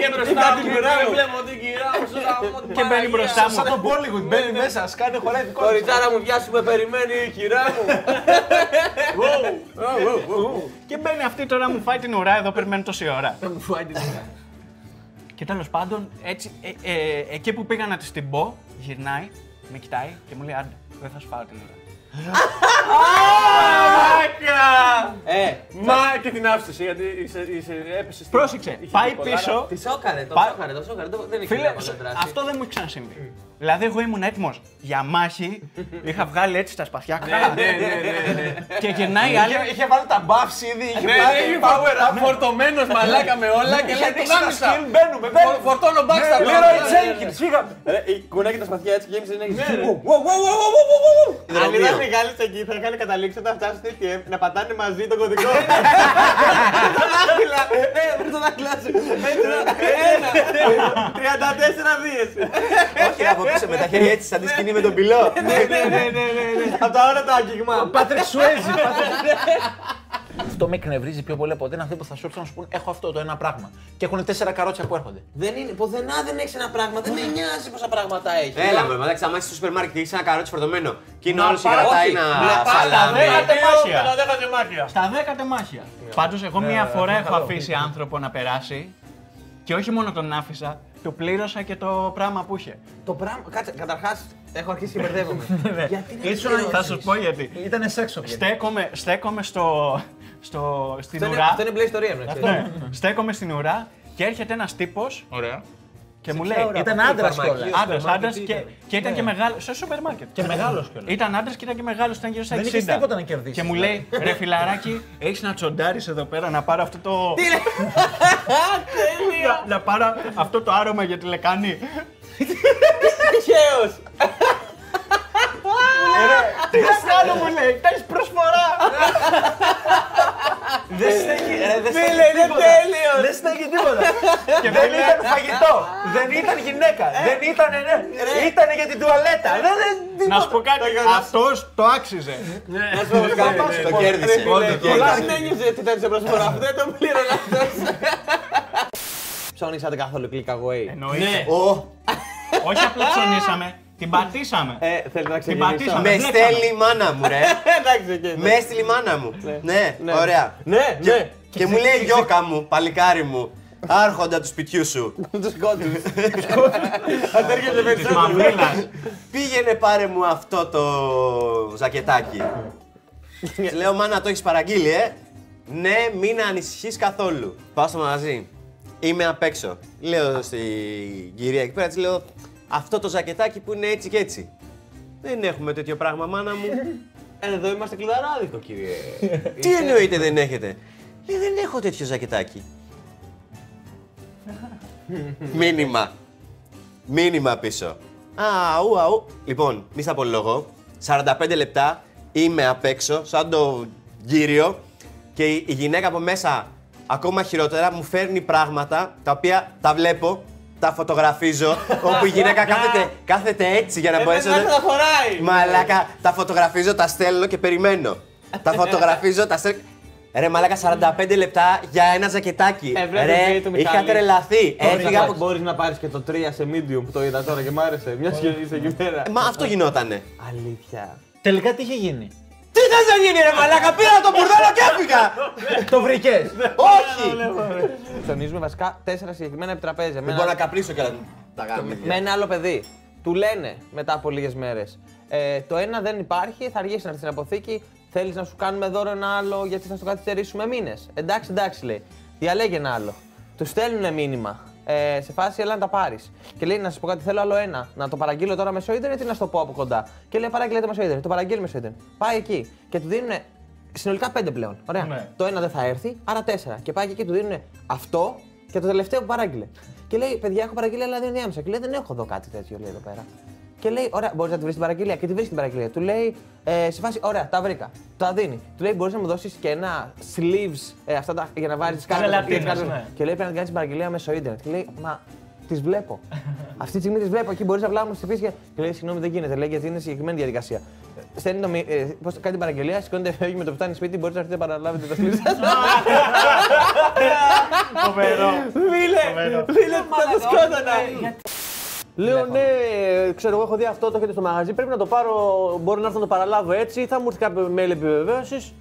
Speaker 7: και μπροστά μου. Δεν βλέπω ότι κυρά μου σου γαμώ την
Speaker 9: και μπαίνει
Speaker 7: Παναγία.
Speaker 9: μπροστά μου.
Speaker 10: Σαν τον Bollywood μπαίνει μέσα, σκάνε χωράει δικό του.
Speaker 3: Κοριτσάρα μου, βιάσουμε, περιμένει η χειρά μου.
Speaker 9: Και μπαίνει αυτή τώρα μου φάει την ουρά, εδώ περιμένω τόση ώρα. Και τέλος πάντων, έτσι, ε, ε, εκεί που πήγα να της την πω, γυρνάει, με κοιτάει και μου λέει: Άντε, δεν θα σου φάω την ώρα.
Speaker 3: Ε,
Speaker 7: Μα και την άφησες γιατί είσαι, είσαι, έπεσες. στην-
Speaker 9: Πρόσεξε,
Speaker 7: είχε
Speaker 9: πάει
Speaker 7: τίποτα, άρα-
Speaker 9: πίσω.
Speaker 3: τη σόκαρε, το
Speaker 9: Πα-
Speaker 3: σόκαρε, το σόκαρε. το- Δεν έχει
Speaker 9: Φίλε,
Speaker 3: τίποτα
Speaker 9: σ-
Speaker 3: δράση.
Speaker 9: αυτό δεν μου έχει ξανασυμβεί. Δηλαδή, εγώ ήμουν έτοιμος για μάχη. Είχα βγάλει έτσι τα σπαθιά καλά. Και γυρνάει η άλλη.
Speaker 10: Είχε βάλει τα buffs ήδη, είχε
Speaker 7: Ναι, ναι, είναι power up, φορτωμένος
Speaker 9: Ναι.
Speaker 7: μαλάκα με όλα και λέει το γάμισα.
Speaker 10: Μπαίνουμε, μπαίνουμε.
Speaker 7: Φορ- Φορτώνω
Speaker 9: Ναι.
Speaker 7: backstab.
Speaker 10: Leroy Jenkins, φύγαμε.
Speaker 3: Κουνάκι τα σπαθιά έτσι και γέμισε την
Speaker 5: Αν ήταν
Speaker 3: μεγάλη εκεί, θα είχαν καταλήξει όταν φτάσουν στο ATM να πατάνε μαζί τον κωδικό.
Speaker 5: ε, το δάχτυλά σου. Ε,
Speaker 3: 34 δίες.
Speaker 5: Όχι, από πίσω με τα χέρια έτσι, σαν τη σκηνή με τον πυλό.
Speaker 9: Ναι, ναι, ναι, ναι, ναι.
Speaker 11: Από τα ώρα το άγγιγμα.
Speaker 12: Πάτρικ Σουέζι.
Speaker 4: Αυτό με εκνευρίζει πιο πολύ από ότι είναι αυτοί που θα σου έρθουν να σου πούν Έχω αυτό το ένα πράγμα. Και έχουν τέσσερα καρότσια που έρχονται.
Speaker 13: Δεν είναι, πουθενά δεν έχεις ένα πράγμα, δεν με νοιάζει πόσα πράγματα έχεις.
Speaker 11: Έλα με, εντάξει, άμα είσαι στο σούπερ μάρκετ, έχεις ένα καρότσι φορτωμένο και είναι άλλο και
Speaker 13: πάρε-
Speaker 11: κρατάει
Speaker 13: όχι,
Speaker 11: ένα
Speaker 13: να πάρε-
Speaker 11: σαλάμι.
Speaker 9: να πάρε-
Speaker 12: Τεμάχια. Τα δέκα τεμάχια.
Speaker 9: Στα δέκα τεμάχια. Πάντως, εγώ μία φορά έχω αφήσει άνθρωπο να περάσει και όχι μόνο τον άφησα, του πλήρωσα και το πράγμα που είχε.
Speaker 3: Το πράγμα. Κάτσε, καταρχάς έχω αρχίσει και μπερδεύομαι.
Speaker 4: Ναι.
Speaker 3: Γιατί να
Speaker 9: Ήσουν- Ε, θα σου πω γιατί.
Speaker 12: Ήτανε σεξο.
Speaker 9: Στέκομαι, στέκομαι στο, στο, στην
Speaker 3: Αυτό είναι-
Speaker 9: ουρά.
Speaker 3: Αυτό είναι μπλε ιστορία μου. έτσι.
Speaker 9: Ναι. Στέκομαι στην ουρά και έρχεται ένας τύπος
Speaker 4: Ωραία.
Speaker 9: και μου λέει.
Speaker 12: Ήταν άντρα κιόλα.
Speaker 9: Άντρας, άντρας και, και ήταν και μεγάλο. Στο σούπερ μάρκετ.
Speaker 12: Ναι. Και μεγάλος κιόλας.
Speaker 9: Ήταν άντρας και ήταν και μεγάλος, ήταν γύρω στα 60.
Speaker 12: Δεν είχες τίποτα να κερδίσεις. δηλαδή.
Speaker 9: Και μου λέει, ρε φιλαράκι, έχεις να τσοντάρεις εδώ πέρα να πάρω αυτό το. Τι να, να πάρω αυτό το άρωμα για τη λεκάνη.
Speaker 13: Τυχαίο!
Speaker 9: Ε, Τι άλλο μου λέει, τα έχεις προσφορά.
Speaker 12: Δεν στέκει. ρε, δεν στέκει
Speaker 13: Φίλε, είναι
Speaker 12: τίποτα.
Speaker 13: τέλειος.
Speaker 12: Δεν στέκει τίποτα. Δεν ήταν φαγητό. Δεν ήταν γυναίκα. Δεν ήταν. ναι. Ήταν για την τουαλέτα. Δεν- δεν-
Speaker 9: να σου πω κάτι, αυτός το άξιζε.
Speaker 11: Το κέρδισε.
Speaker 13: Πολλά δεν ένιωσε τι τέτοια προσφορά. Δεν τον πλήρωνα αυτό.
Speaker 3: Ψώνησατε καθόλου click away.
Speaker 4: Ναι.
Speaker 9: Εννοείται. Όχι απλά ψωνίσαμε, την πατήσαμε.
Speaker 3: Ε, θέλετε να
Speaker 9: Την
Speaker 4: Ναι,
Speaker 3: ξεκινήσω.
Speaker 9: πατήσαμε.
Speaker 5: Με
Speaker 9: βλέπαμε.
Speaker 5: στέλνει η μάνα μου, ρε.
Speaker 13: Εντάξει, οκ, ναι.
Speaker 5: Με έστειλε η μάνα μου. Ναι, ωραία.
Speaker 13: Ναι, ναι.
Speaker 5: Και μου λέει γιώκα μου, παλικάρι μου, άρχοντα του σπιτιού σου.
Speaker 13: Του κόντου.
Speaker 9: Της μαμούλας.
Speaker 5: Πήγαινε πάρε μου αυτό το ζακετάκι. Της Λέω μάνα το έχεις παραγγείλει ε. Ναι μην ανησυχείς καθόλου. Πάω στο μαγαζί. Είμαι απ' έξω. Λέω στην κυρία εκεί πέρα της λέω αυτό το ζακετάκι που είναι έτσι και έτσι. Δεν έχουμε τέτοιο πράγμα μάνα μου.
Speaker 3: Ε,
Speaker 13: Εδώ είμαστε κλειδαράδικο, κύριε.
Speaker 5: Τι εννοείται δεν έχετε. Λέει δεν έχω τέτοιο ζακετάκι. Μήνυμα. Μήνυμα πίσω. Αου, αου. Λοιπόν, μη στα πολυλογώ. 45 λεπτά είμαι απ' έξω, σαν το γύριο. Και η η γυναίκα από μέσα, ακόμα χειρότερα, μου φέρνει πράγματα τα οποία τα βλέπω, τα φωτογραφίζω. όπου η γυναίκα κάθεται, κάθεται έτσι για
Speaker 3: Ε,
Speaker 5: να μπορέσω.
Speaker 13: Δεν
Speaker 5: να-
Speaker 13: τα χωράει.
Speaker 5: Μαλάκα, τα φωτογραφίζω, τα στέλνω και περιμένω. τα φωτογραφίζω, τα στέλνω. Ρε μαλάκα, 45 λεπτά για ένα ζακετάκι.
Speaker 13: Ε, βρε, το
Speaker 5: Ρε,
Speaker 13: παιδί του
Speaker 5: είχα
Speaker 13: Μιχάλη.
Speaker 5: τρελαθεί. Έφυγα από...
Speaker 3: Μπορείς Ε, να πάρεις και το 3 σε medium που το είδα τώρα και μ' άρεσε. Μια και είσαι εκεί πέρα.
Speaker 5: Μα αυτό γινότανε.
Speaker 3: Αλήθεια.
Speaker 4: Τελικά τι είχε γίνει.
Speaker 5: Τι θες να γίνει ρε μαλάκα, πήρα το μπουρδέλο και έφυγα.
Speaker 12: Το βρήκες.
Speaker 5: Όχι.
Speaker 3: Ψωνίζουμε βασικά τέσσερα συγκεκριμένα επιτραπέζια. Με
Speaker 5: Δεν μπορώ να
Speaker 3: ένα-
Speaker 5: καπνίσω και να τα κάνω.
Speaker 3: με ένα άλλο παιδί. Του λένε μετά από λίγες μέρες. Ε, το ένα δεν υπάρχει, θα αργήσει να έρθει στην αποθήκη. Θέλεις να σου κάνουμε δώρο ένα άλλο, γιατί θα στο καθυστερήσουμε μήνες. Εντάξει, εντάξει λέει. Διαλέγει ένα άλλο. Του στέλνουν μήνυμα. Ε, σε φάση έλα να τα πάρεις. Και λέει να σας πω κάτι, θέλω άλλο ένα. Να το παραγγείλω τώρα μέσω ίντερνετ ή να σου το πω από κοντά. Και λέει παραγγείλε το μέσω ίντερνετ. Το παραγγείλει μέσω ίντερνετ. Πάει εκεί και του δίνουν συνολικά πέντε πλέον. Ωραία. Το ένα δεν θα έρθει, άρα τέσσερα. Και πάει εκεί και του δίνουν αυτό και το τελευταίο που παράγγειλε. Και λέει, παιδιά, έχω παραγγείλει άλλα δύο ενδιάμεσα. Και λέει, δεν έχω εδώ κάτι τέτοιο, λέει εδώ πέρα. Και λέει, ωραία, μπορείς να τη βρεις την παραγγελία. Και τη βρει την παραγγελία. Του λέει, ε, σε φάση, ωραία, τα βρήκα. Τα δίνει. Του λέει, μπορείς να μου δώσεις και ένα sleeves ε, αυτά τα, για να βάζει κάτι.
Speaker 9: Ζελατίνες, ναι.
Speaker 3: Και λέει, πρέπει να την κάνει την παραγγελία μέσω ίντερνετ. Και λέει, μα τις βλέπω. Αυτή τη στιγμή τις βλέπω εκεί, μπορείς να βλάβω να στη φύση. Και και λέει, συγγνώμη, δεν γίνεται. Λέει, γιατί είναι συγκεκριμένη διαδικασία. Στέλνει το. μη- Ε, πώς, κάνει την παραγγελία, σηκώνεται, φεύγει με το που φτάνει σπίτι, μπορείς να έρθει να παραλάβετε το sleeves σας.
Speaker 9: Φοβερό.
Speaker 13: Φίλε, φίλε, θα το σκότωνα.
Speaker 7: Λέω ναι, ε, ξέρω εγώ, έχω δει αυτό, το έχετε στο μαγαζί. Πρέπει να το πάρω. Μπορώ να έρθω να το παραλάβω έτσι. ή Θα μου έρθει κάποιο mail επιβεβαίωση.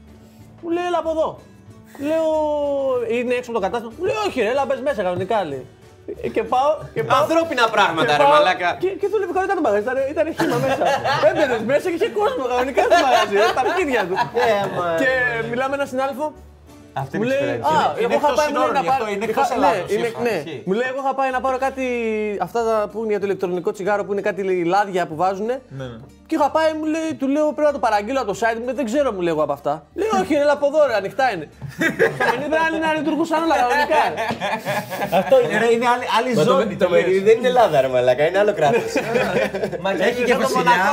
Speaker 7: Μου λέει, έλα από εδώ. Λέω, είναι έξω από το κατάστημα. Μου λέει, όχι, ρε, έλα, μπες μέσα κανονικά. Λέει. Ε, Και πάω. Και πάω
Speaker 5: Ανθρώπινα πράγματα ρε
Speaker 7: πάω
Speaker 5: μαλάκα.
Speaker 7: Και, και δούλευε κανονικά το μαγαζί. Ήταν, ήταν χύμα μέσα. Έμπαινες μέσα και είχε κόσμο κανονικά στο μαγαζί. ε, Τα αρχίδια του. και μιλάμε ένα συνάδελφο.
Speaker 3: Αυτή
Speaker 7: Μου
Speaker 3: είναι η
Speaker 7: λέει,
Speaker 3: εξυπηρέτηση.
Speaker 7: «Α, εγώ είχα πάει μου λέει, να
Speaker 4: συνόρων, γι' αυτό
Speaker 7: πάρω.
Speaker 4: είναι
Speaker 7: είχα-
Speaker 4: εκτός
Speaker 7: ναι,
Speaker 4: Ελλάδος,
Speaker 7: είναι-
Speaker 4: ίσως,
Speaker 7: ναι.
Speaker 4: ισχύει.
Speaker 7: Μου λέει, εγώ είχα πάει να πάρω κάτι. Αυτά τα που είναι για το ηλεκτρονικό τσιγάρο που είναι κάτι λάδια που βάζουν.
Speaker 4: Ναι,
Speaker 7: Και είχα πάει, μου λέει, του λέω πρέπει να το παραγγείλω από το site μου. λέει, Δεν ξέρω, μου λέει εγώ από αυτά. Λέει, όχι, έλα από εδώ, ρε, ανοιχτά είναι. Θα μην είδα άλλοι να λειτουργούσαν όλα κανονικά. ρε.
Speaker 4: Αυτό είναι, ρε, είναι άλλη, άλλη ζώνη.
Speaker 5: Το μερίδι δεν είναι Ελλάδα ρε μαλάκα, είναι άλλο κράτος.
Speaker 4: Έχει και βασιλιά.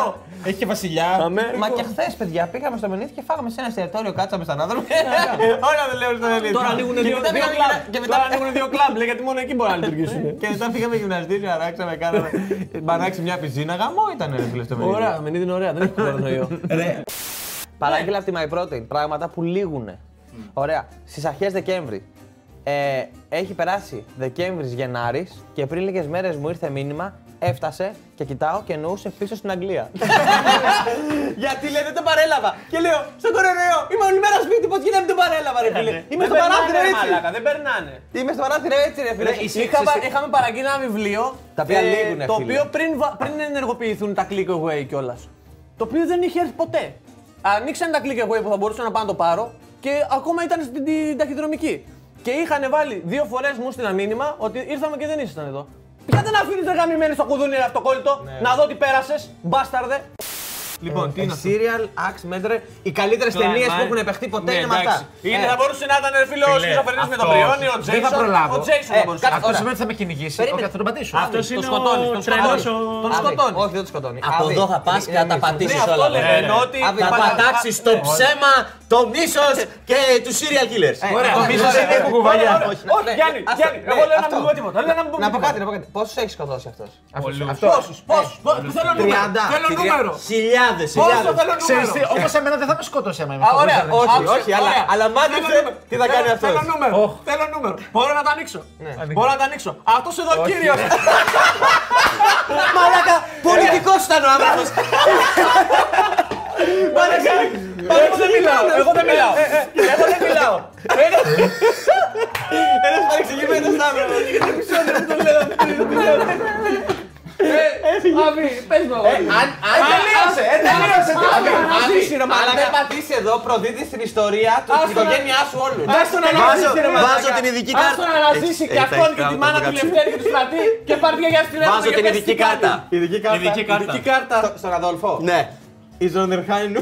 Speaker 4: Έχει και βασιλιά.
Speaker 7: Αμέ.
Speaker 3: Μα και χθες, παιδιά, πήγαμε στο Μενίθι και φάγαμε σε ένα εστιατόριο, κάτσαμε σαν άνθρωπο.
Speaker 13: Όλα δεν λέω στο Ελίδη.
Speaker 7: Ναι, Τώρα ανοίγουν δύο
Speaker 13: μετά
Speaker 7: δύο
Speaker 13: πήγαμε
Speaker 7: κλαμπ.
Speaker 13: γυμνα- και μετά-
Speaker 7: Τώρα ανοίγουν δύο κλαμπ, λέει, γιατί μόνο εκεί μπορεί να λειτουργήσουν.
Speaker 13: Και μετά πήγαμε γυμναστήριο, αράξαμε, κάναμε. Μπανάξει μια πιζίνα, γαμό ήταν ρε φίλε στο Μενίδη.
Speaker 7: Ωραία, Αμενίδη είναι ωραία, δεν έχει κορονοϊό.
Speaker 3: Παράγγειλα από τη MyProtein πράγματα που λήγουν. Ωραία. Στις αρχές Δεκέμβρη. Ε, έχει περάσει Δεκέμβρη Γενάρη και πριν λίγες μέρες μου ήρθε μήνυμα, έφτασε και κοιτάω και εννοούσε πίσω στην Αγγλία. Γιατί λέει δεν το παρέλαβα. Και λέω στον κορονοϊό, είμαι όλη μέρα σπίτι, πώς γίνεται να μην το παρέλαβα, ρε φίλε. Είμαι στο παράθυρο έτσι.
Speaker 7: δεν περνάνε.
Speaker 3: Είμαι στο παράθυρο έτσι, ρε φίλε.
Speaker 7: Είχαμε, είχαμε παραγγείλει ένα βιβλίο. ε,
Speaker 3: Τα οποία λήγουνε,
Speaker 7: Το
Speaker 3: φίλε.
Speaker 7: οποίο πριν, βα- πριν ενεργοποιηθούν τα click away κιόλας. Το οποίο δεν είχε έρθει ποτέ. Ανοίξαν τα click away που θα μπορούσα να πάω να το πάρω και ακόμα ήταν στην την ταχυδρομική. Και είχαν βάλει δύο φορές μου στην μήνυμα ότι ήρθαμε και δεν ήσασταν εδώ. Ποια δεν αφήνει τα γαμημένη στο κουδούνι ρε αυτοκόλλητο, να δω τι πέρασες, μπάσταρδε.
Speaker 8: Λοιπόν, τι είναι αυτό.
Speaker 3: Ε, Serial Axe Μέτρε, οι καλύτερες ταινίε που έχουν επεχτεί ποτέ Ναι, είναι με αυτά.
Speaker 7: ναι.
Speaker 3: Ε,
Speaker 7: Είναι, θα μπορούσε να ήταν ρε φίλο ο
Speaker 9: Φιλέ,
Speaker 7: Σκυζοφρενή με τον
Speaker 9: αυτό.
Speaker 7: Πριόνι, ο Τζέισον.
Speaker 4: προλάβω.
Speaker 7: Ο Τζέισον θα μπορούσε.
Speaker 3: ε, κάτσε
Speaker 4: Αυτό
Speaker 3: τώρα.
Speaker 4: σημαίνει ότι θα με κυνηγήσει.
Speaker 3: Περίμενε.
Speaker 4: Όχι, θα τον πατήσω.
Speaker 9: Αυτός
Speaker 3: Τον
Speaker 9: είναι
Speaker 3: σκοτώνει,
Speaker 9: ο
Speaker 3: τον
Speaker 9: τρελό.
Speaker 3: Τον σκοτώνει. Όχι, δεν τον σκοτώνει.
Speaker 5: Από
Speaker 3: Άδει.
Speaker 5: εδώ θα πας
Speaker 3: Είναι-
Speaker 5: και θα
Speaker 3: είναι
Speaker 5: τα
Speaker 3: μίσος.
Speaker 5: πατήσει
Speaker 7: Αυτό
Speaker 5: όλα.
Speaker 7: λέμε, ενώ ότι
Speaker 3: Άδει,
Speaker 5: Θα
Speaker 3: πάντα-
Speaker 5: πατάξεις το ψέμα, το μίσος και τους serial killers.
Speaker 3: Ωραία,
Speaker 4: το
Speaker 3: ωραία,
Speaker 4: μίσος
Speaker 3: ωραία,
Speaker 4: είναι
Speaker 3: ωραία.
Speaker 4: που κουβαλιά.
Speaker 3: Ωραία,
Speaker 4: Όχι,
Speaker 3: ωραία.
Speaker 10: Γιάννη,
Speaker 3: Αυτό,
Speaker 10: Γιάννη,
Speaker 3: ναι,
Speaker 10: εγώ λέω να
Speaker 3: αυτό.
Speaker 10: μην πούμε τίποτα. Λέω να μην πούμε
Speaker 3: Να πω
Speaker 10: τίποτα.
Speaker 3: κάτι, να πω κάτι. Πόσους έχεις σκοτώσει αυτός.
Speaker 10: Πόσους, πόσους, πόσους, θέλω νούμερο,
Speaker 3: 30,
Speaker 10: θέλω
Speaker 3: 30.
Speaker 10: νούμερο.
Speaker 5: Χιλιάδες,
Speaker 10: Πόσο
Speaker 5: χιλιάδες.
Speaker 10: θέλω
Speaker 4: Ξέρεις τι,
Speaker 10: νούμερο.
Speaker 4: όμως εμένα δεν θα με σκότωσε άμα είμαι
Speaker 10: Α,
Speaker 4: στο
Speaker 10: ωραία,
Speaker 4: Wizard.
Speaker 10: όχι,
Speaker 4: Άκουσε,
Speaker 10: όχι, αλλά-
Speaker 5: Αλλά
Speaker 10: Θέλω νούμερο.
Speaker 5: μάθετε τι θα κάνει
Speaker 10: Θέλω-
Speaker 5: αυτός.
Speaker 10: Θέλω νούμερο. Θέλω νούμερο. Μπορώ να τα ανοίξω. Μπορώ να τα ανοίξω. Αυτός εδώ ο κύριος.
Speaker 5: Μαλάκα, πολιτικός ήταν ο άνθρωπος.
Speaker 10: Εγώ δεν μιλάω. Εγώ δεν μιλάω. Εγώ δεν μιλάω.
Speaker 3: Τελείωσε, τελείωσε. Αν δεν πατήσει εδώ, προδίδει την ιστορία του την οικογένειά σου όλου.
Speaker 5: Βάζω, βάζω την ειδική κάρτα. Ε, Άστο να αναζήσει και αυτόν και τη μάνα του Λευτέρη και του Στρατή και πάρει μια γιαγιά στην Ελλάδα. Βάζω την ειδική κάρτα.
Speaker 9: Ειδική κάρτα.
Speaker 3: Στον Αδόλφο.
Speaker 5: Ναι.
Speaker 3: Η Ζοντερχάιν.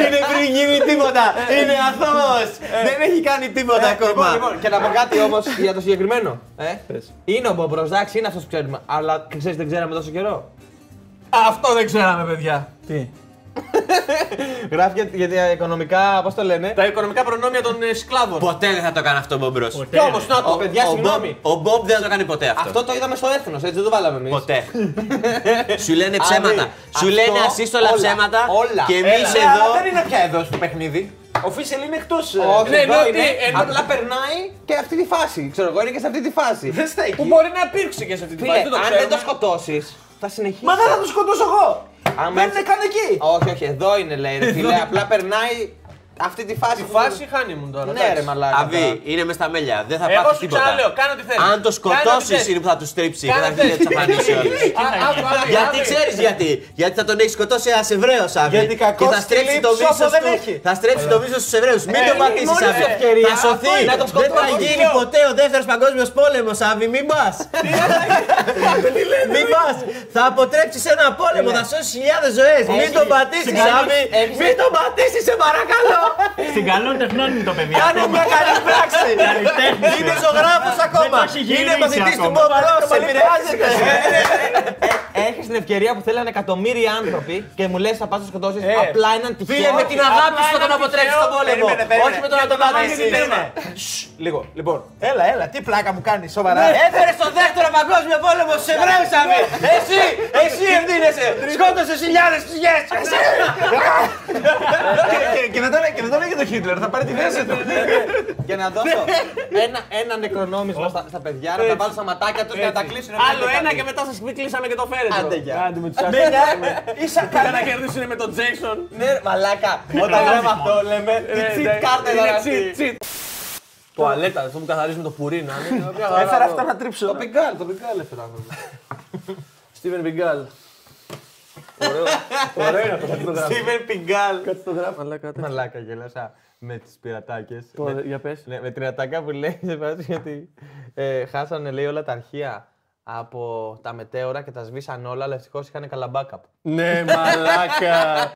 Speaker 5: Είναι πριν γίνει τίποτα. Είναι αθώος. Δεν έχει κάνει τίποτα ακόμα.
Speaker 3: Λοιπόν, και να πω κάτι όμως για το συγκεκριμένο. Ε, είναι ο Μπομπρό, εντάξει, είναι αυτός που ξέρουμε. Αλλά ξέρεις, δεν ξέραμε τόσο καιρό.
Speaker 10: Αυτό δεν ξέραμε, παιδιά.
Speaker 3: Γράφει για, για τα οικονομικά, πώς το λένε.
Speaker 7: Τα οικονομικά προνόμια των ε, σκλάβων.
Speaker 5: Ποτέ δεν θα το κάνει αυτό ο Μπομπρό.
Speaker 3: Και όμω, να το παιδιά, συγγνώμη.
Speaker 5: Ο Μπομπ Ναι, δεν θα το κάνει ποτέ αυτό.
Speaker 3: Αυτό το είδαμε στο έθνος, έτσι δεν το βάλαμε εμείς.
Speaker 5: Ποτέ. Σου λένε ψέματα.
Speaker 3: Άντε, αυτό,
Speaker 5: Σου λένε ασύστολα
Speaker 3: όλα,
Speaker 5: ψέματα.
Speaker 3: όλα.
Speaker 5: Και εμεί
Speaker 4: Έλα, αλλά δεν
Speaker 5: εδώ.
Speaker 4: είναι πια εδώ στο παιχνίδι. Ο Φίσελ είναι εκτός. ε,
Speaker 5: ναι,
Speaker 3: Όχι,
Speaker 4: εδώ
Speaker 3: εδώ
Speaker 4: είναι.
Speaker 3: είναι, απλά περνάει και αυτή τη φάση. Ξέρω εγώ, είναι και σε αυτή τη φάση.
Speaker 4: Δεν στα εκεί.
Speaker 7: Μπορεί να υπήρξε και σε αυτή την
Speaker 3: Φίλε,
Speaker 7: φάση. δεν το
Speaker 3: αν
Speaker 7: ξέρουμε.
Speaker 3: δεν το σκοτώσεις, θα συνεχίσει.
Speaker 4: Μα δεν θα τον σκοτώσω εγώ.
Speaker 3: Άμα
Speaker 4: Δεν
Speaker 3: έτσι-
Speaker 4: είναι καν εκεί.
Speaker 3: Όχι, όχι, εδώ είναι λέει. Ρε, φίλε, απλά περνάει αυτή τη φάση.
Speaker 7: Στη φάση χάνει μου τώρα.
Speaker 3: Ναι,
Speaker 7: εντάξει.
Speaker 3: ρε μαλάκα.
Speaker 5: Αβί, είναι μες στα μέλια. Δεν θα
Speaker 7: Εγώ
Speaker 5: πάρει
Speaker 7: σου
Speaker 5: τίποτα.
Speaker 7: ξαναλέω, κάνω τι θέλω.
Speaker 5: Αν το σκοτώσει είναι που θα τους στρίψει. Δεν θα αρχίσει να εξαφανίσει όλους. Γιατί ξέρεις γιατί. Γιατί θα τον έχεις σκοτώσει ένας Εβραίος Άβη.
Speaker 4: Γιατί κακός
Speaker 5: Και θα στρέψει
Speaker 4: στη
Speaker 5: το
Speaker 4: λήψη
Speaker 5: μίσο
Speaker 4: όπου δεν
Speaker 5: του.
Speaker 4: έχει.
Speaker 5: Θα στρέψει το μίσος στους Εβραίους. Μην το πατήσει
Speaker 3: μόνη σου
Speaker 5: Άβη.
Speaker 3: ευκαιρία.
Speaker 5: Θα σωθεί.
Speaker 3: Αυτό είναι, να τον
Speaker 5: Δεν θα
Speaker 3: σκοτώσεις.
Speaker 5: γίνει ποτέ ο δεύτερος παγκόσμιος πόλεμος Άβη. Μην πας. Μην πας. Θα αποτρέψεις ένα πόλεμο. Θα σώσεις χιλιάδες ζωές. Μην τον πατήσει Άβη. Μην τον πατήσεις σε παρακαλώ.
Speaker 9: Στην καλών τεχνών είναι το παιδί.
Speaker 5: Κάνε μια καλή πράξη. Είναι ζωγράφος ακόμα.
Speaker 9: Δεν το έχει
Speaker 5: Είναι
Speaker 9: γυρίσει
Speaker 5: μαθητής του
Speaker 9: ακόμα.
Speaker 5: Μπομπρό. Σε πειράζεται.
Speaker 3: Έχεις την ευκαιρία που θέλανε εκατομμύρια άνθρωποι και μου λες θα πας να σκοτώσεις απλά έναν τυχαίο.
Speaker 5: Ε, Φίλε με την αγάπη σου θα τον αποτρέψει τον πόλεμο.
Speaker 4: Περίμενε, περίμενε.
Speaker 5: Όχι με το να τον πατήσει.
Speaker 4: ναι. Λίγο, λοιπόν. Έλα, έλα, τι πλάκα μου κάνεις, σοβαρά.
Speaker 5: Έφερε στον Ε, δεύτερο παγκόσμιο πόλεμο στους Εβραίους, Σαββί. Εσύ, εσύ ευθύνεσαι. Σκότωσες χιλιάδες ψυχέ.
Speaker 4: Και- Και δεν τον- και δεν τον λέγεται το Χίτλερ, θα πάρει
Speaker 5: Ναι,
Speaker 4: τη θέση του.
Speaker 3: Για να δώσω ένα, ένα νεκρονόμισμα στα, στα παιδιά, να τα βάλω στα ματάκια τους και να τα κλείσουν.
Speaker 7: Άλλο ένα και μετά σας κλείσαμε και το φέρετρο.
Speaker 3: Άντε για.
Speaker 4: Ίσα
Speaker 7: Για να κερδίσουν με τον Τζέισον.
Speaker 3: Ναι, ρε, μαλάκα. Όταν λέμε αυτό, λέμε. Τι cheat κάρτα ήταν αυτή.
Speaker 7: Τουαλέτα, αυτό που καθαρίζουμε το πουρί να είναι. Μια χαρά.
Speaker 4: Έφερα αυτά να τρίψω.
Speaker 3: Το πιγκάλ, το πιγκάλ έφερα. να δω.
Speaker 7: Στίβεν Μπιγκάλ.
Speaker 3: Στίβεν Πιγκάλ.
Speaker 7: Κάτι το γράφω. Αλλά κάτι.
Speaker 3: Μαλάκα γελάσα με τις πειρατάκες.
Speaker 7: Τώρα, Για πες.
Speaker 3: Ναι, με την ατάκα που λέει σε φάση γιατί ε, χάσανε λέει όλα τα αρχεία από τα μετέωρα και τα σβήσαν όλα, αλλά ευτυχώς είχαν καλά backup.
Speaker 7: Ναι, μαλάκα.